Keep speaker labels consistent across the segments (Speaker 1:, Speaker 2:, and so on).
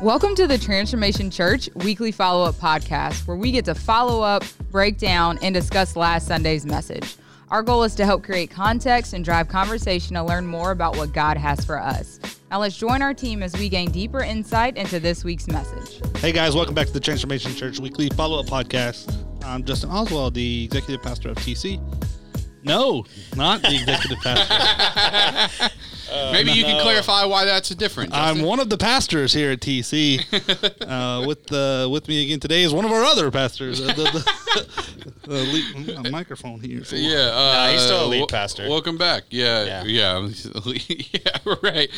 Speaker 1: Welcome to the Transformation Church weekly follow up podcast, where we get to follow up, break down, and discuss last Sunday's message. Our goal is to help create context and drive conversation to learn more about what God has for us. Now, let's join our team as we gain deeper insight into this week's message.
Speaker 2: Hey guys, welcome back to the Transformation Church Weekly Follow Up Podcast. I'm Justin Oswald, the executive pastor of TC. No, not the executive pastor.
Speaker 3: Uh, Maybe you can clarify why that's a difference.
Speaker 2: I'm one of the pastors here at TC. Uh, with uh, with me again today is one of our other pastors. Uh, the, the, the le- my microphone here. So
Speaker 3: yeah, uh,
Speaker 4: he's still a lead
Speaker 3: wel-
Speaker 4: pastor.
Speaker 3: Welcome back. Yeah, yeah, yeah. right.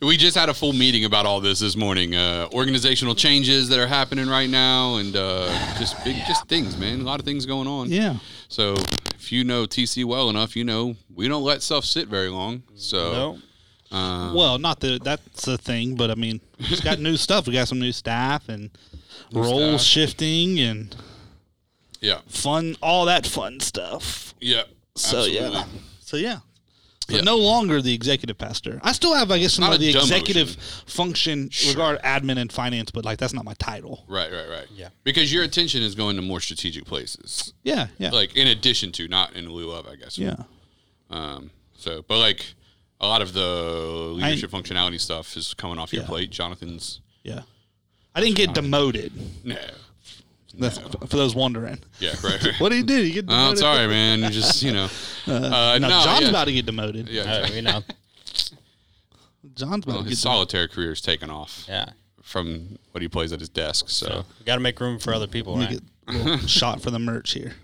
Speaker 3: We just had a full meeting about all this this morning. Uh, organizational changes that are happening right now, and uh, just big, just things, man. A lot of things going on.
Speaker 2: Yeah.
Speaker 3: So if you know TC well enough, you know we don't let stuff sit very long. So
Speaker 2: No.
Speaker 3: um,
Speaker 2: well, not that that's the thing, but I mean, we just got new stuff. We got some new staff and role
Speaker 3: staff.
Speaker 2: shifting and
Speaker 3: yeah,
Speaker 2: fun, all that fun stuff.
Speaker 3: yeah.
Speaker 2: So yeah.
Speaker 3: absolutely.
Speaker 2: So yeah. So
Speaker 3: Yeah.
Speaker 2: no longer the executive pastor. I still have, I guess, some
Speaker 3: Not
Speaker 2: of
Speaker 3: a
Speaker 2: the
Speaker 3: dumb
Speaker 2: executive
Speaker 3: motion.
Speaker 2: function regard admin and finance, but like that's not my title.
Speaker 3: Right, right, right.
Speaker 4: Yeah.
Speaker 3: Because your attention is going to more strategic places.
Speaker 2: Yeah, yeah,
Speaker 3: Like in addition to, not in lieu of, I guess.
Speaker 2: yeah.
Speaker 3: Um, so, but like a lot of the leadership functionality stuff is coming off your
Speaker 2: Yeah.
Speaker 3: plate. Jonathan's
Speaker 2: Yeah. I didn't get demoted.
Speaker 3: no,
Speaker 2: That's for those wondering.
Speaker 3: yeah, right. right.
Speaker 2: What do you do? You get demoted?
Speaker 3: Oh, I'm sorry, man. You just you know,
Speaker 2: Now
Speaker 3: uh, no,
Speaker 2: John's
Speaker 3: yeah.
Speaker 2: about to get demoted.
Speaker 3: yeah,
Speaker 4: Uh, you know,
Speaker 2: John's about to
Speaker 3: his
Speaker 2: get demoted.
Speaker 3: solitary career is taken off
Speaker 4: yeah.
Speaker 3: from what he plays at his desk. So,
Speaker 4: You got to make room for other people,
Speaker 2: Let
Speaker 4: right?
Speaker 2: me get a little shot for the merch here.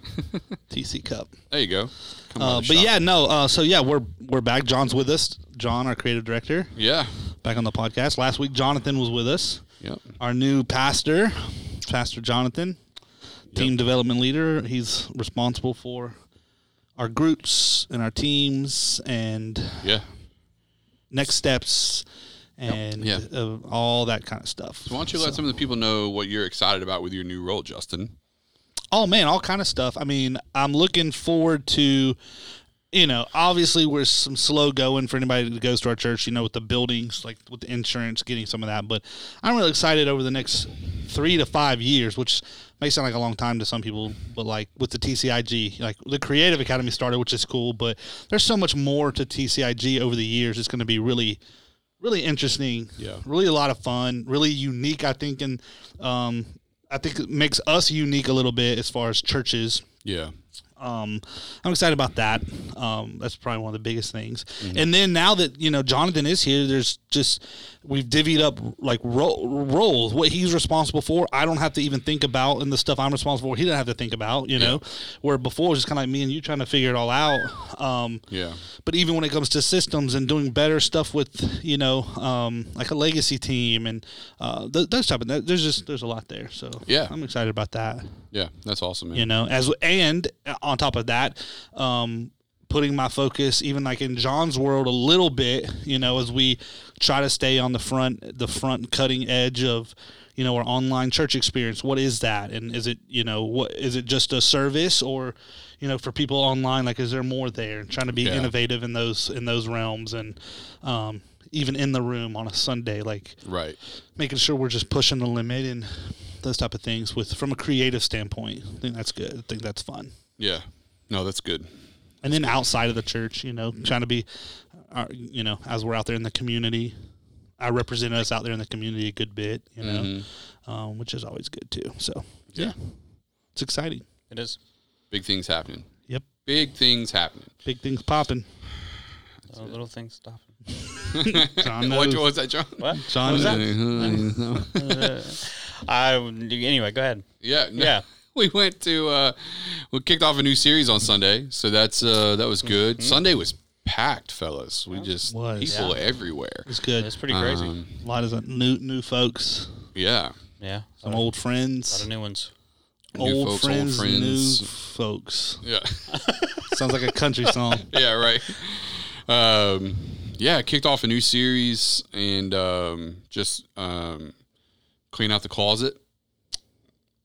Speaker 2: TC Cup.
Speaker 3: there you go. Come
Speaker 2: Uh,
Speaker 3: on,
Speaker 2: but yeah, no. Uh, so yeah, we're we're back. John's with us. John, our creative director,
Speaker 3: yeah,
Speaker 2: back on the podcast. Last week, Jonathan was with us.
Speaker 3: yep.
Speaker 2: our new pastor, Pastor Jonathan, team development leader. He's responsible for our groups and our teams and
Speaker 3: yeah.
Speaker 2: next steps and
Speaker 3: Yeah.
Speaker 2: uh, all that kind of stuff.
Speaker 3: Why don't you let some of the people know what you're excited about with your new role, Justin?
Speaker 2: oh man, all kind of stuff. I mean, I'm looking forward to you know, obviously we're some slow going for anybody that goes to our church, you know, with the buildings, like with the insurance, getting some of that. But I'm really excited over the next three to five years, which may sound like a long time to some people, but like with the TCIG, like the Creative Academy started, which is cool, but there's so much more to TCIG over the years. It's going to be really, really interesting.
Speaker 3: Yeah.
Speaker 2: Really a lot of fun, really unique, I think. And, um, I think it makes us unique a little bit as far as churches.
Speaker 3: Yeah,
Speaker 2: Um, I'm excited about that. Um, that's probably one of the biggest things. And then now that you know Jonathan is here, there's just we've divvied up like ro- roles. What he's responsible for, I don't have to even think about, and the stuff I'm responsible for, he doesn't have to think about. You know, where before it was just kind of like me and you trying to figure it all out. Um,
Speaker 3: yeah,
Speaker 2: but even when it comes to systems and doing better stuff with you know um, like a legacy team and uh, th- those type of there's just there's a lot there. So
Speaker 3: Yeah.
Speaker 2: I'm excited about that
Speaker 3: yeah. That's awesome, man.
Speaker 2: you know as and uh, on top of that um putting my focus even like in john's world a little bit you know as we try to stay on the front the front cutting edge of you know our online church experience what is that and is it you know what is it just a service or you know for people online like is there more there and trying to be
Speaker 3: Yeah.
Speaker 2: innovative in those in those realms and um even in the room on a sunday like
Speaker 3: Right.
Speaker 2: making sure we're just pushing the limit and those type of things with from a creative standpoint. I think that's good. I think that's fun.
Speaker 3: Yeah. No, that's good.
Speaker 2: And then outside of the church, you know, trying to be, uh, you know, as we're out there in the community, I represent us out there in the community a good bit, you know,
Speaker 3: Mm-hmm.
Speaker 2: um, which is always good too. So yeah, it's exciting.
Speaker 4: It is.
Speaker 3: Big things happening.
Speaker 2: Yep,
Speaker 3: Big things happening.
Speaker 2: big things popping.
Speaker 4: Oh, little things stop.
Speaker 2: John
Speaker 3: What
Speaker 2: knows.
Speaker 3: was that, John?
Speaker 4: What?
Speaker 2: John knows.
Speaker 4: I anyway. Go ahead.
Speaker 3: Yeah, no.
Speaker 4: Yeah.
Speaker 3: We went to uh, we kicked off a new series on Sunday, so that's uh, that was good.
Speaker 4: Mm-hmm.
Speaker 3: Sunday was packed, fellas. We just
Speaker 2: was.
Speaker 3: people everywhere.
Speaker 2: It's good.
Speaker 4: It's pretty crazy.
Speaker 3: Um,
Speaker 2: a lot of new new folks,
Speaker 3: yeah,
Speaker 4: yeah. A
Speaker 2: some
Speaker 4: lot
Speaker 2: old friends,
Speaker 4: of new ones.
Speaker 3: new
Speaker 2: old,
Speaker 3: folks, old
Speaker 2: friends,
Speaker 3: friends.
Speaker 2: new folks.
Speaker 3: yeah,
Speaker 2: Sounds like a country song.
Speaker 3: yeah, right. Um, yeah, kicked off a new series and um, just um, clean out the closet.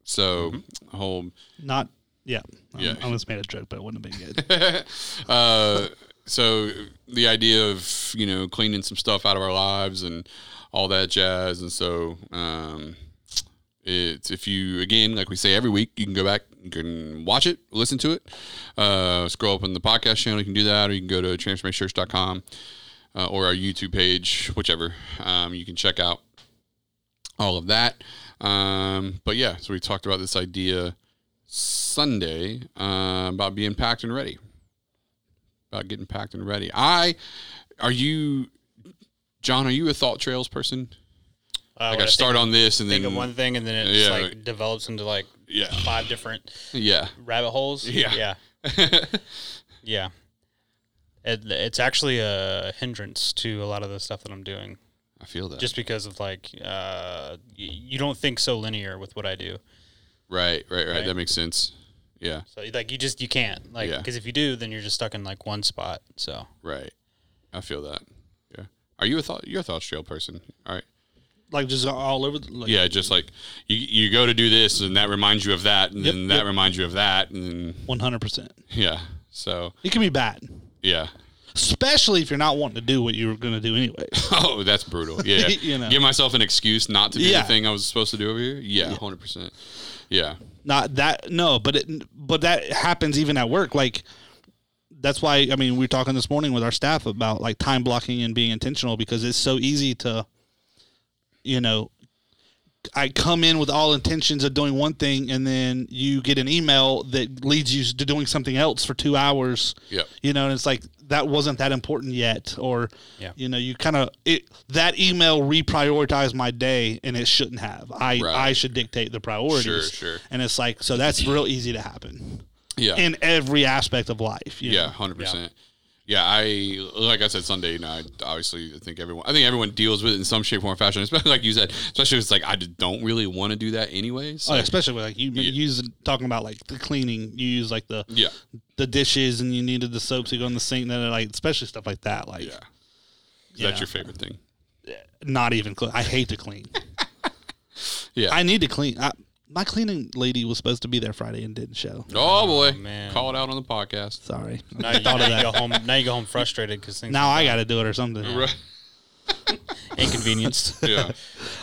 Speaker 3: So
Speaker 4: Mm-hmm.
Speaker 3: home.
Speaker 2: Not yeah. I-
Speaker 3: Yeah.
Speaker 2: I almost made a joke, but it wouldn't have been good.
Speaker 3: Uh, so the idea of you know cleaning some stuff out of our lives and all that jazz. And so, um, it's if you again, like we say every week, you can go back, you can watch it, listen to it, uh, scroll up on the podcast channel. You can do that, or you can go to transformationchurch.com uh, or our YouTube page, whichever. Um, you can check out all of that. Um, but yeah, so we talked about this idea Sunday uh, about being packed and ready, about getting packed and ready. I, are you, John? Are you a thought trails person?
Speaker 4: Uh,
Speaker 3: Like
Speaker 4: when
Speaker 3: I start
Speaker 4: think,
Speaker 3: on this and
Speaker 4: think
Speaker 3: then
Speaker 4: of one thing and then it just
Speaker 3: Yeah.
Speaker 4: like develops into like
Speaker 3: Yeah.
Speaker 4: five different
Speaker 3: yeah,
Speaker 4: rabbit holes.
Speaker 3: Yeah.
Speaker 4: yeah, yeah. It, it's actually a hindrance to a lot of the stuff that I'm doing.
Speaker 3: I feel that.
Speaker 4: just because of like uh, y- you don't think so linear with what I do.
Speaker 3: right, right, right,
Speaker 4: Right.
Speaker 3: That makes sense. Yeah,
Speaker 4: So like you just you can't like
Speaker 3: Yeah.
Speaker 4: because if you do, then you're just stuck in like one spot. So
Speaker 3: right. I feel that. Yeah. Are you a thought? You're a thought trail person. All right.
Speaker 2: Like just all over the like,
Speaker 3: Yeah, just like you, you go to do this, and that reminds you of that, and then that
Speaker 2: yep.
Speaker 3: reminds you of that, and then,
Speaker 2: one hundred percent.
Speaker 3: yeah. So
Speaker 2: It can be bad,
Speaker 3: yeah.
Speaker 2: especially if you're not wanting to do what you were going to do anyway.
Speaker 3: Oh, that's brutal. Yeah,
Speaker 2: You know.
Speaker 3: give myself an excuse not to do
Speaker 2: Yeah.
Speaker 3: the thing I was supposed to do over here. Yeah, hundred percent. Yeah,
Speaker 2: not that no but it but that happens even at work like that's why i mean we were talking this morning with our staff about like time blocking and being intentional because it's so easy to you know i come in with all intentions of doing one thing and then you get an email that leads you to doing something else for two hours
Speaker 3: Yeah.
Speaker 2: you know and it's like that wasn't that important yet or
Speaker 4: Yeah.
Speaker 2: you know you kind of it that email reprioritized my day and it shouldn't have i
Speaker 3: Right.
Speaker 2: i should dictate the priorities
Speaker 3: sure.
Speaker 2: and it's like, so that's real easy to happen
Speaker 3: yeah,
Speaker 2: in every aspect of life. you
Speaker 3: yeah,
Speaker 2: know?
Speaker 3: hundred percent. Yeah, I like I said Sunday night. Obviously, I think everyone, I think everyone deals with it in some shape, form, or fashion. Especially like you said, especially if it's like I just don't really want to do that anyways.
Speaker 2: Oh, especially with like you you use talking about like the cleaning, you use like the
Speaker 3: yeah,
Speaker 2: the dishes and you needed the soaps to go in the sink. Then like especially stuff like that, like
Speaker 3: yeah.
Speaker 2: Yeah.
Speaker 3: That's your favorite thing.
Speaker 2: not even clean. I hate to clean.
Speaker 3: Yeah.
Speaker 2: I need to clean. I, my cleaning lady was supposed to be there Friday and didn't show.
Speaker 3: oh boy,
Speaker 4: man.
Speaker 3: call it out on the podcast.
Speaker 2: Sorry.
Speaker 4: now you, now you go home. Now you go home frustrated because things
Speaker 2: Now I got to do it or something.
Speaker 3: Right.
Speaker 4: inconvenienced.
Speaker 3: Yeah.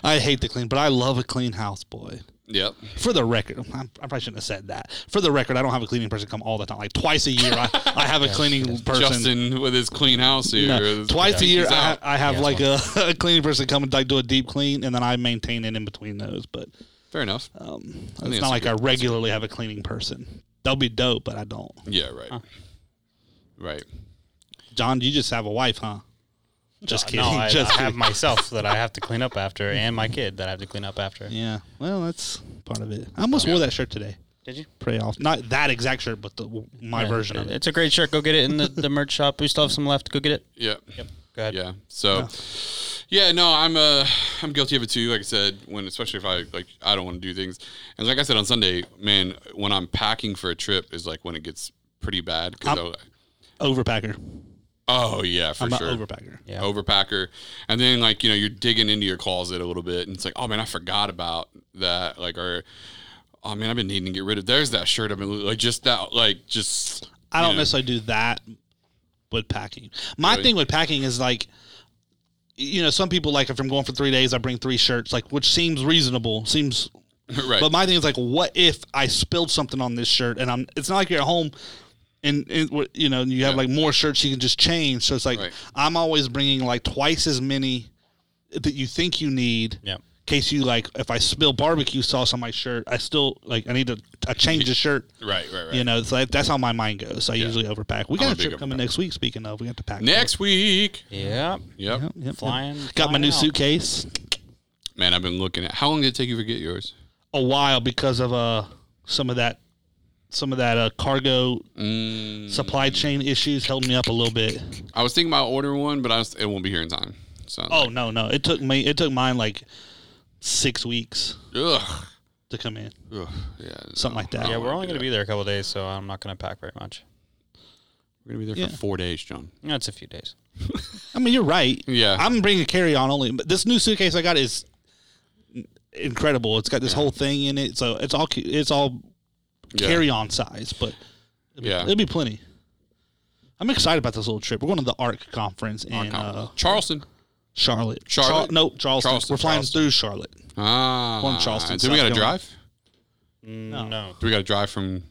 Speaker 2: I hate to clean, but I love a clean house, boy.
Speaker 3: yep.
Speaker 2: for the record, I I probably shouldn't have said that. For the record, I don't have a cleaning person come all the time. Like twice a year, I, I have a cleaning person.
Speaker 3: Justin with his clean house here.
Speaker 2: No, twice a year, I, ha- I have
Speaker 4: Yeah,
Speaker 2: like a, a cleaning person come and like do a deep clean, and then I maintain it in between those. But
Speaker 3: Fair enough.
Speaker 2: um,
Speaker 3: think
Speaker 2: it's
Speaker 3: that's
Speaker 2: not like I regularly have a cleaning person. That'll be dope, but I don't.
Speaker 3: Yeah. Right. Right.
Speaker 2: John, you just have a wife, huh? Just kidding.
Speaker 4: No, I,
Speaker 2: just
Speaker 4: I have
Speaker 2: kidding.
Speaker 4: myself that I have to clean up after, and my kid that I have to clean up after.
Speaker 2: Yeah. Well, that's part of it. I almost wore that shirt today.
Speaker 4: Did you?
Speaker 2: Pray off. Not that exact shirt, but the, my version of it.
Speaker 4: It's a great shirt. Go get it in the, the merch shop. We still have some left. Go get it.
Speaker 3: Yep.
Speaker 4: Go ahead.
Speaker 3: Yeah. So, yeah. no, I'm uh, I'm guilty of it too. Like I said, when especially if I like, I don't want to do things, and like I said on Sunday, man, when I'm packing for a trip is like when it gets pretty bad. Cause I'll-
Speaker 2: Overpacker.
Speaker 3: oh yeah, for
Speaker 2: I'm
Speaker 3: sure.
Speaker 2: an overpacker.
Speaker 4: Yeah.
Speaker 3: Overpacker, and then like you know you're digging into your closet a little bit, and it's like, oh man, I forgot about that. Like, or oh man, I've been needing to get rid of. There's that shirt I've been lo- like just that like just.
Speaker 2: I don't
Speaker 3: Yeah.
Speaker 2: necessarily do that with packing. My
Speaker 3: Really?
Speaker 2: thing with packing is like, you know, some people like if I'm going for three days, I bring three shirts, like which seems reasonable, seems.
Speaker 3: Right.
Speaker 2: But my thing is like, what if I spilled something on this shirt and I'm? It's not like you're at home. And, and what- you know you have like more shirts you can just change, so it's like
Speaker 3: Right.
Speaker 2: I'm always bringing like twice as many that you think you need.
Speaker 4: Yeah.
Speaker 2: In case you like, if I spill barbecue sauce on my shirt, I still like I need to I change the shirt.
Speaker 3: right. Right. Right.
Speaker 2: You know, it's like that's how my mind goes. I usually overpack. We
Speaker 3: I'm
Speaker 2: got
Speaker 3: a
Speaker 2: a
Speaker 3: big
Speaker 2: trip coming
Speaker 3: overpacker.
Speaker 2: next week. Speaking of, we got to pack.
Speaker 3: Next week.
Speaker 4: Yeah.
Speaker 3: Yep.
Speaker 2: Yep, yep, yep.
Speaker 4: Flying.
Speaker 2: Got my
Speaker 4: flying
Speaker 2: new
Speaker 4: out.
Speaker 2: suitcase.
Speaker 3: Man, I've been looking at. How long did it take you to get yours?
Speaker 2: A while because of uh some of that some of that uh, cargo
Speaker 3: Mm.
Speaker 2: supply chain issues held me up a little bit.
Speaker 3: I was thinking about ordering one, but I was, it won't be here in time. So,
Speaker 2: Oh no, no, it took me it took mine like six weeks
Speaker 3: ugh,
Speaker 2: to come in,
Speaker 3: ugh, yeah,
Speaker 2: something like that.
Speaker 4: Yeah, we're only going to be there a couple days, so I'm not going to pack very much.
Speaker 3: we're gonna be there
Speaker 2: Yeah.
Speaker 3: for four days, John.
Speaker 4: No, it's a few days.
Speaker 2: I mean, you're right.
Speaker 3: Yeah.
Speaker 2: I'm bringing carry on only. But this new suitcase I got is incredible. It's got this whole thing in it, so it's all cu- it's all
Speaker 3: Yeah.
Speaker 2: carry on size, but it'll,
Speaker 3: Yeah.
Speaker 2: be, it'll be plenty. I'm excited about this little trip. We're going to the ARC conference in
Speaker 3: Our conference.
Speaker 2: uh,
Speaker 3: Charleston.
Speaker 2: Charlotte.
Speaker 3: Charlotte?
Speaker 2: Char- no, Charleston.
Speaker 3: Charleston,
Speaker 2: We're flying
Speaker 3: Charleston.
Speaker 2: through Charlotte.
Speaker 3: Ah,
Speaker 2: From Charleston,
Speaker 3: Do we
Speaker 2: South
Speaker 3: got to
Speaker 2: Carolina.
Speaker 3: drive?
Speaker 4: No. no.
Speaker 3: Do we got to drive from?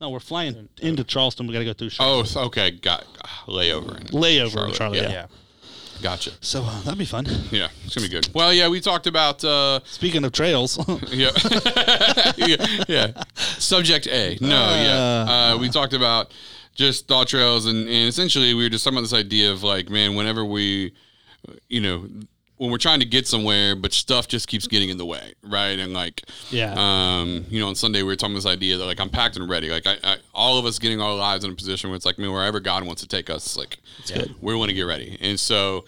Speaker 2: No, we're flying into Charleston. We got to go through Charlotte.
Speaker 3: Oh, th- okay. Got ah, layover. In
Speaker 2: Layover in Charlotte,
Speaker 4: Yeah.
Speaker 2: Yeah.
Speaker 3: Gotcha.
Speaker 2: So uh, that'd be fun.
Speaker 3: Yeah, it's gonna be good. Well, yeah, we talked about uh,
Speaker 2: Speaking of trails,
Speaker 3: yeah, yeah, yeah. Subject A. No,
Speaker 2: Ah.
Speaker 3: yeah. Uh, we talked about just thought trails, and, and essentially we were just talking about this idea of like, man, whenever we, you know, when we're trying to get somewhere, but stuff just keeps getting in the way, right? And like,
Speaker 2: Yeah.
Speaker 3: um, you know, on Sunday we were talking about this idea that like I'm packed and ready, like I, I all of us getting our lives in a position where it's like, man, wherever God wants to take us, like
Speaker 2: Yeah. good.
Speaker 3: we want to get ready, and so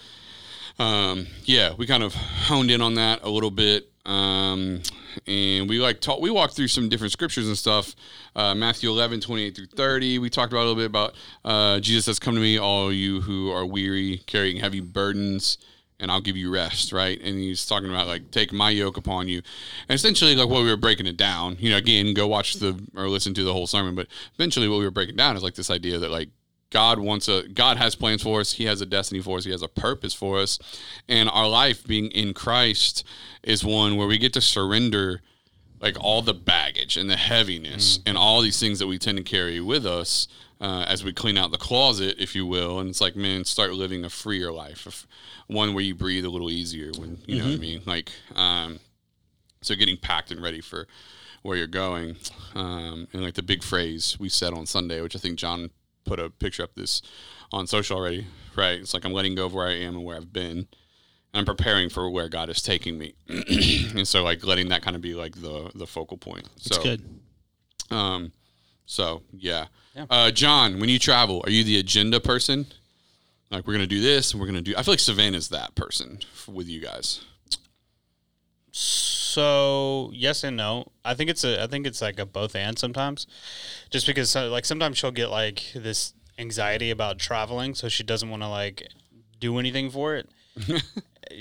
Speaker 3: um, yeah, we kind of honed in on that a little bit. Um, and we like talk, we walked through some different scriptures and stuff. Uh, Matthew 11, 28 through 30. We talked about a little bit about, uh, Jesus says, come to me, all you who are weary, carrying heavy burdens, and I'll give you rest. Right. And he's talking about like, take my yoke upon you. And essentially like what we were breaking it down, you know, again, go watch the, or listen to the whole sermon. But eventually what we were breaking down is like this idea that like, God wants a God has plans for us. He has a destiny for us. He has a purpose for us. And our life being in Christ is one where we get to surrender like all the baggage and the heaviness and all these things that we tend to carry with us uh, as we clean out the closet, if you will. And it's like, man, start living a freer life, a f- one where you breathe a little easier. When you know what I mean, like, um, so getting packed and ready for where you're going, um, and like the big phrase we said on Sunday, which I think John put a picture up this on social already. Right? It's like I'm letting go of where I am and where I've been. I'm preparing for where God is taking me, and so like letting that kind of be like the the focal point. So,
Speaker 2: it's good.
Speaker 3: Um, so yeah, Uh, John, when you travel, are you the agenda person? Like we're gonna do this, and we're gonna do. I feel like Savannah's that person f- with you guys.
Speaker 4: So yes and no. I think it's a I think it's like a both and sometimes, just because so, like sometimes she'll get like this anxiety about traveling, so she doesn't want to like do anything for it.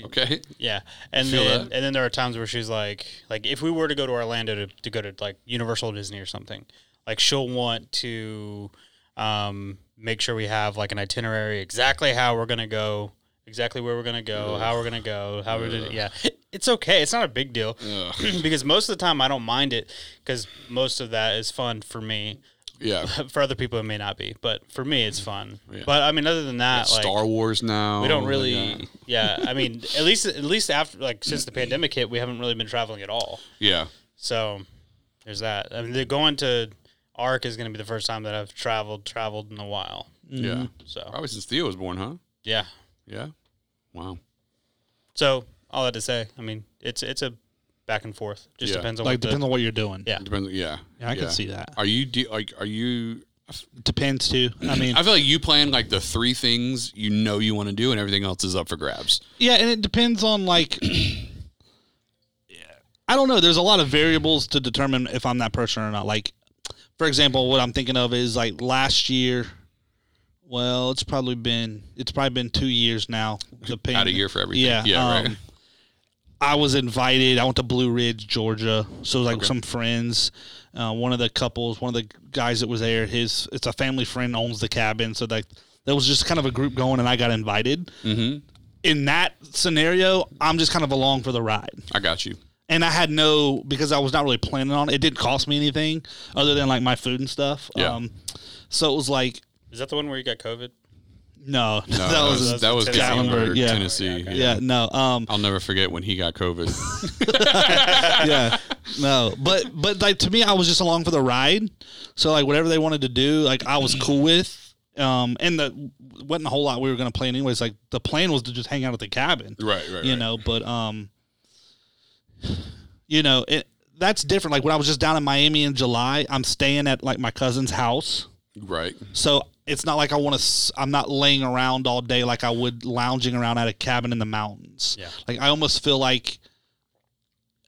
Speaker 3: Okay,
Speaker 4: Yeah, and
Speaker 3: Feel
Speaker 4: then
Speaker 3: that.
Speaker 4: and then there are times where she's like, like if we were to go to Orlando to, to go to like Universal Disney or something, like she'll want to um, make sure we have like an itinerary exactly how we're gonna go, exactly where we're gonna go, how we're gonna go, how we're gonna, yeah. It's okay. It's not a big deal because most of the time I don't mind it because most of that is fun for me.
Speaker 3: yeah.
Speaker 4: For other people, it may not be, but for me,
Speaker 3: Mm.
Speaker 4: it's fun. But I mean, other than that, like,
Speaker 3: Star Wars now.
Speaker 4: we don't
Speaker 3: like
Speaker 4: really
Speaker 3: that.
Speaker 4: yeah. i mean at least at least after like since the pandemic hit we haven't really been traveling at all
Speaker 3: yeah,
Speaker 4: so there's that i mean the- going to arc is going to be the first time that i've traveled traveled in a while
Speaker 2: Mm-hmm.
Speaker 3: yeah.
Speaker 4: so
Speaker 3: Probably since Theo was born, huh?
Speaker 4: yeah
Speaker 3: Yeah. Wow.
Speaker 4: so all that to say i mean it's it's a back and forth just
Speaker 3: Yeah.
Speaker 4: depends on
Speaker 2: Like
Speaker 4: what the,
Speaker 2: depends on what you're doing.
Speaker 4: Yeah.
Speaker 3: Depends. Yeah.
Speaker 2: Yeah, I can see that.
Speaker 3: Are you do like? Are you?
Speaker 2: Depends too. I mean,
Speaker 3: I feel like you plan like the three things you know you want to do, and everything else is up for grabs.
Speaker 2: Yeah, and it depends on like I don't know, there's a lot of variables to determine if I'm that person or not. Like for example, what I'm thinking of is like last year well, it's probably been it's probably been 2 years now. The
Speaker 3: Out a
Speaker 2: pandemic.
Speaker 3: year for everything.
Speaker 2: Mm-hmm. Yeah,
Speaker 3: Yeah.
Speaker 2: um,
Speaker 3: right.
Speaker 2: I was invited. I went to Blue Ridge, Georgia. So it was like some friends. Uh, one of the couples, one of the guys that was there, his it's a family friend owns the cabin. So like there was just kind of a group going, and I got invited. Mm-hmm. In that scenario, I'm just kind of along for the ride,
Speaker 3: I got you.
Speaker 2: and I had no because I was not really planning on it. It didn't cost me anything other than like my food and stuff. Um,
Speaker 3: Yeah.
Speaker 2: so it was like
Speaker 4: is that the one where you got covid
Speaker 2: no,
Speaker 3: No,
Speaker 2: that was.
Speaker 3: that was
Speaker 4: Tennessee.
Speaker 3: Gatlinburg,
Speaker 2: Yeah.
Speaker 3: Tennessee. Yeah.
Speaker 2: yeah, no. Um,
Speaker 3: I'll never forget when he got COVID.
Speaker 2: yeah no but but like to me i was just along for the ride so like whatever they wanted to do like i was cool with um and the wasn't a whole lot we were gonna plan anyways like the plan was to just hang out at the cabin
Speaker 3: Right, right,
Speaker 2: you
Speaker 3: right.
Speaker 2: know but um you know it that's different like when i was just down in miami in july i'm staying at like my cousin's house
Speaker 3: right.
Speaker 2: so it's not like I want to. I'm not laying around all day like I would lounging around at a cabin in the mountains.
Speaker 4: Yeah.
Speaker 2: Like I almost feel like,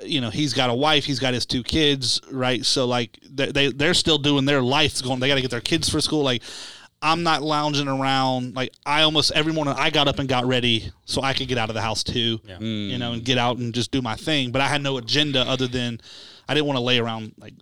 Speaker 2: you know, he's got a wife, he's got his two kids, right? So like they, they they're still doing their lives going. They got to get their kids for school. Like I'm not lounging around. Like I almost every morning I got up and got ready so I could get out of the house too.
Speaker 4: Yeah.
Speaker 2: You know, and get out and just do my thing. But I had no agenda other than I didn't want to lay around like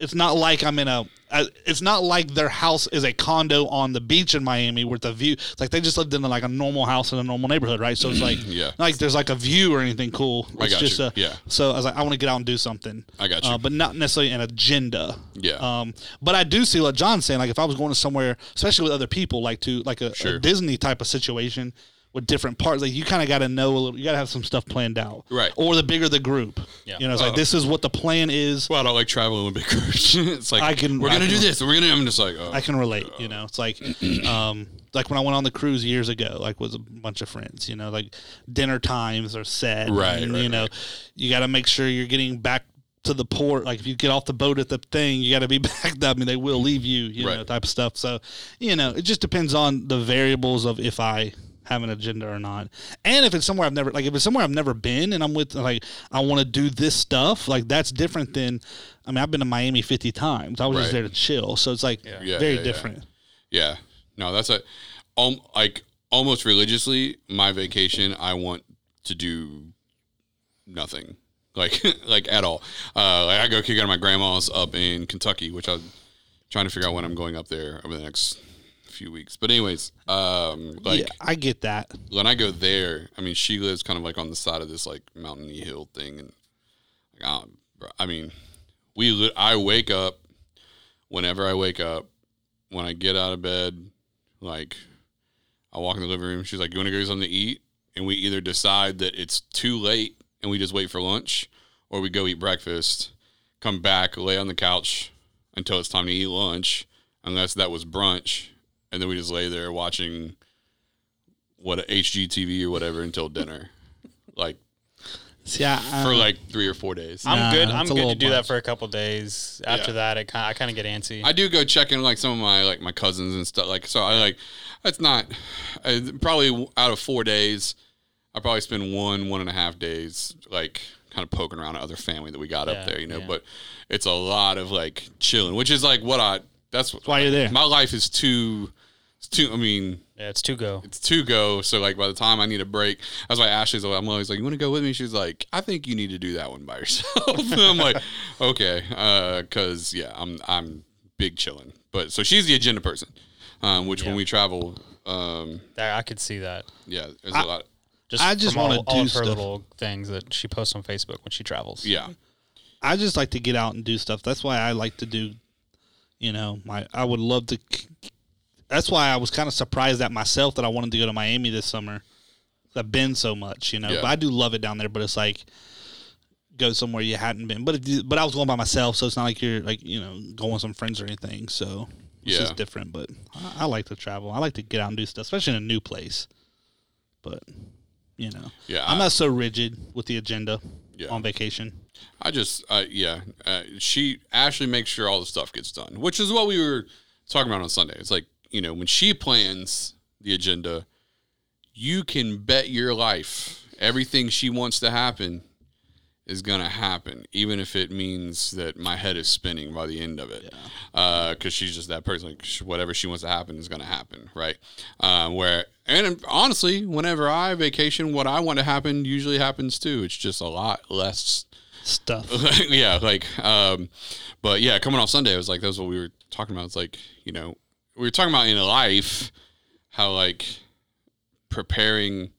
Speaker 2: it's not like I'm in a. I- It's not like their house is a condo on the beach in Miami with a view. It's like they just lived in like a normal house in a normal neighborhood, right? So it's like,
Speaker 3: Yeah.
Speaker 2: not like there's like a view or anything cool. It's
Speaker 3: I got
Speaker 2: just
Speaker 3: you.
Speaker 2: A,
Speaker 3: Yeah.
Speaker 2: So I was like, I want to get out and do something.
Speaker 3: I got you.
Speaker 2: Uh, but not necessarily an agenda.
Speaker 3: Yeah.
Speaker 2: Um, but I do see what John's saying. Like if I was going to somewhere, especially with other people, like to like a, a
Speaker 3: Sure.
Speaker 2: Disney type of situation with different parts, like you kind of got to know a little. You got to have some stuff planned out.
Speaker 3: Right. Uh,
Speaker 2: Or the bigger the group.
Speaker 4: Yeah.
Speaker 2: You know, it's like this is what the plan is.
Speaker 3: Well, I don't like traveling with big groups. it's like
Speaker 2: I can-
Speaker 3: we're
Speaker 2: I
Speaker 3: gonna
Speaker 2: can-
Speaker 3: do this. We're gonna. I'm just like, oh,
Speaker 2: I can relate. You know, it's like, um, like when I went on the cruise years ago, like with a bunch of friends. You know, like dinner times are set.
Speaker 3: Right,
Speaker 2: and,
Speaker 3: right,
Speaker 2: you know, you got to make sure you're getting back to the port. Like if you get off the boat at the thing, you got to be back. I mean, they will leave you. You know,
Speaker 3: Right.
Speaker 2: type of stuff. So, you know, it just depends on the variables of if I have an agenda or not, and if it's somewhere I've never like if it's somewhere I've never been, and I'm with like I want to do this stuff. Like that's different than. I mean, I've been to Miami 50 times. I was just
Speaker 3: Right.
Speaker 2: there to chill. So it's like
Speaker 3: Yeah,
Speaker 2: very
Speaker 3: yeah, yeah.
Speaker 2: different.
Speaker 3: yeah. No, that's a, um, like almost religiously. My vacation, I want to do nothing, like like at all. Uh, like I go kick out of my grandma's up in Kentucky, which I'm trying to figure out when I'm going up there over the next few weeks. But anyways, um, like.
Speaker 2: yeah, I get that.
Speaker 3: when I go there, I mean, she lives kind of like on the side of this like mountainy hill thing, and like, I, don't- bro, I mean, we. Li- I wake up whenever I wake up. When I get out of bed, like I walk in the living room, she's like, "You want to go get something to eat?" And we either decide that it's too late and we just wait for lunch, or we go eat breakfast, come back, lay on the couch until it's time to eat lunch, unless that was brunch, and then we just lay there watching what HGTV or whatever until dinner, like
Speaker 2: Yeah, I,
Speaker 3: for like three or four days.
Speaker 4: Uh, I'm
Speaker 2: Nah,
Speaker 4: good.
Speaker 2: it's
Speaker 4: I'm
Speaker 2: a
Speaker 4: good
Speaker 2: little
Speaker 4: to do
Speaker 2: much.
Speaker 4: that for a couple days. After that, it kind I kind of get antsy.
Speaker 3: I do go check in like some of my like my cousins and stuff. Like so, I like that's not I, probably out of four days. I probably spend one one and a half days like kind of poking around at other family that we got
Speaker 4: Yeah,
Speaker 3: up there, you know.
Speaker 4: yeah.
Speaker 3: But it's a lot of like chilling, which is like what I that's what,
Speaker 2: why you're there.
Speaker 3: my life is too. It's too. I mean,
Speaker 4: yeah, it's to go.
Speaker 3: it's two go. So like by the time I need a break, that's why Ashley's. Like, I'm always like, you want to go with me? She's like, I think you need to do that one by yourself. And I'm like, okay, because yeah, I'm I'm big chilling. But so she's the agenda person, um, which when we travel, um,
Speaker 4: That I could see that.
Speaker 3: yeah, there's a lot.
Speaker 4: Just
Speaker 2: I just
Speaker 4: from all-
Speaker 2: wanna
Speaker 4: all
Speaker 2: do
Speaker 4: of her
Speaker 2: stuff.
Speaker 4: little things that she posts on Facebook when she travels.
Speaker 3: Yeah,
Speaker 2: I just like to get out and do stuff. That's why I like to do. You know, my I would love to. k- That's why I was kind of surprised at myself that I wanted to go to Miami this summer. 'Cause I've been so much, you know,
Speaker 3: Yeah.
Speaker 2: but I do love it down there. But it's like go somewhere you hadn't been. But if you, but I was going by myself, so it's not like you're like you know going with some friends or anything. So it's
Speaker 3: Yeah.
Speaker 2: just different. But I, I like to travel. I like to get out and do stuff, especially in a new place. But you know,
Speaker 3: Yeah,
Speaker 2: I'm
Speaker 3: I-
Speaker 2: not so rigid with the agenda
Speaker 3: Yeah.
Speaker 2: on vacation.
Speaker 3: I just, uh, yeah, uh, she Ashley makes sure all the stuff gets done, which is what we were talking about on Sunday. It's like you know when she plans the agenda, you can bet your life everything she wants to happen is gonna happen, even if it means that my head is spinning by the end of it. Because she's just that person. Like sh- whatever she wants to happen is gonna happen, right? Um, where and um, honestly, whenever I vacation, what I want to happen usually happens too. It's just a lot less
Speaker 2: Stuff.
Speaker 3: yeah, like, um, but yeah, coming off Sunday, I was like, that's what we were talking about. It's like, you know, we were talking about in life how like preparing,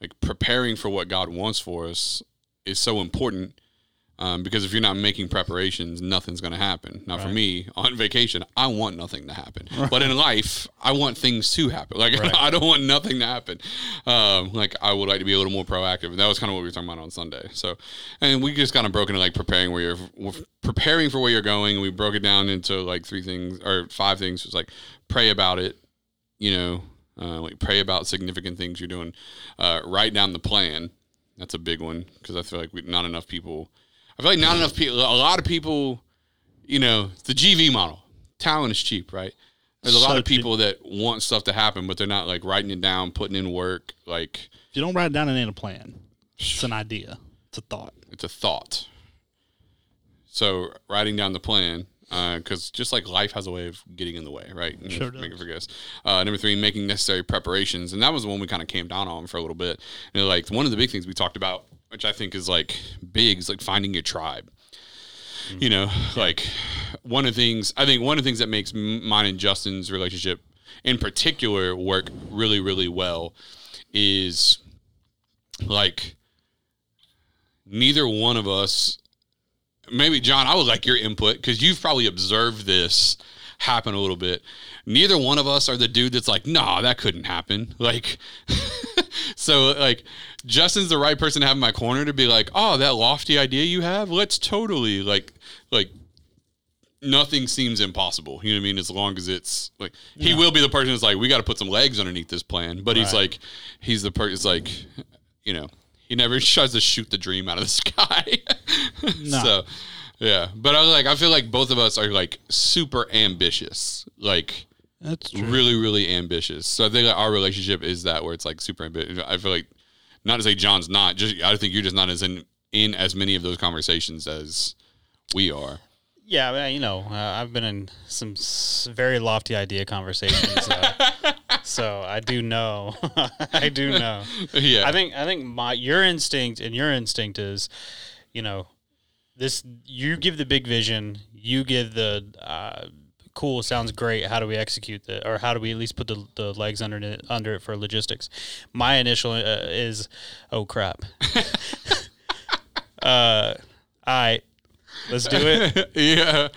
Speaker 3: like preparing for what God wants for us is so important. Um, because if you're not making preparations, nothing's going to happen. Now, for me on vacation, I want nothing to happen. But in life, I want things to happen. Like I don't want nothing to happen. Um, like I would like to be a little more proactive. And that was kind of what we were talking about on Sunday. So, and we just kind of broke into like preparing where you're we're preparing for where you're going. We broke it down into like three things or five things. It was like pray about it. You know, uh, like pray about significant things you're doing. Uh, write down the plan. That's a big one because I feel like we, not enough people. I feel like not enough people. A lot of people, you know, it's the GV model. Talent is cheap, right? There's a
Speaker 2: So
Speaker 3: lot of
Speaker 2: cheap.
Speaker 3: people that want stuff to happen, but they're not like writing it down, putting in work. Like
Speaker 2: If you don't write it down, it ain't a plan. It's an idea. It's a thought.
Speaker 3: it's a thought. So writing down the plan, because just like life has a way of getting in the way, right? And
Speaker 2: Sure
Speaker 3: make it
Speaker 2: does.
Speaker 3: forget. Uh, number three, making necessary preparations, and that was the one we kind of came down on for a little bit. And like one of the big things we talked about, which I think is like big, is like finding your tribe.
Speaker 2: Mm-hmm.
Speaker 3: you know, like one of the things I think one of the things that makes m- mine and Justin's relationship in particular work really, really well is like neither one of us maybe John, I would like your input because you've probably observed this happen a little bit. Neither one of us are the dude that's like, nah, that couldn't happen. Like, so like, Justin's the right person to have in my corner to be like, oh, that lofty idea you have, let's totally like, like. Nothing seems impossible. You know what I mean? As long as it's like he will be the person that's like, we got to put some legs underneath this plan. But he's like, he's the person. It's like, you know, he never tries to shoot the dream out of the sky.
Speaker 2: No.
Speaker 3: So, yeah, but I was like, I feel like both of us are like super ambitious, like
Speaker 2: That's true.
Speaker 3: really, really ambitious. So I think that our relationship is that where it's like super ambitious. I feel like not to say John's not, just I think you're just not as in in as many of those conversations as we are.
Speaker 4: Yeah, I mean, you know, uh, I've been in some s- very lofty idea conversations, uh, so I do know. I do know.
Speaker 3: yeah,
Speaker 4: I think I think my your instinct and your instinct is, you know, this you give the big vision, you give the uh, cool sounds great. How do we execute the or how do we at least put the, the legs under it under it for logistics? My initial uh, is oh crap. uh, all right, let's do it.
Speaker 3: yeah,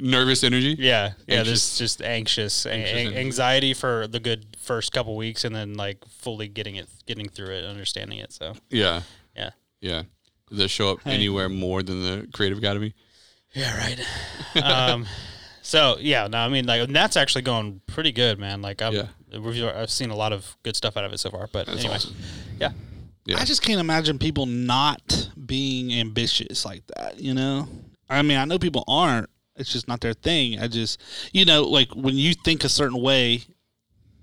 Speaker 3: nervous energy.
Speaker 4: Yeah, yeah.
Speaker 3: Anxious.
Speaker 4: This just anxious, an-
Speaker 3: Anxious
Speaker 4: an-
Speaker 3: and-
Speaker 4: anxiety for the good first couple weeks, and then like fully getting it, getting through it, understanding it. So
Speaker 3: yeah,
Speaker 4: yeah,
Speaker 3: yeah. Does that show up anywhere more than the Creative Academy?
Speaker 4: yeah, right. um, so yeah, no, I mean like and that's actually going pretty good, man. Like I'm,
Speaker 3: Yeah.
Speaker 4: we've, I've seen a lot of good stuff out of it so far. But anyway, yeah,
Speaker 3: Yeah.
Speaker 2: I just can't imagine people not being ambitious like that, you know? I mean, I know people aren't. It's just not their thing. I just, you know, like when you think a certain way,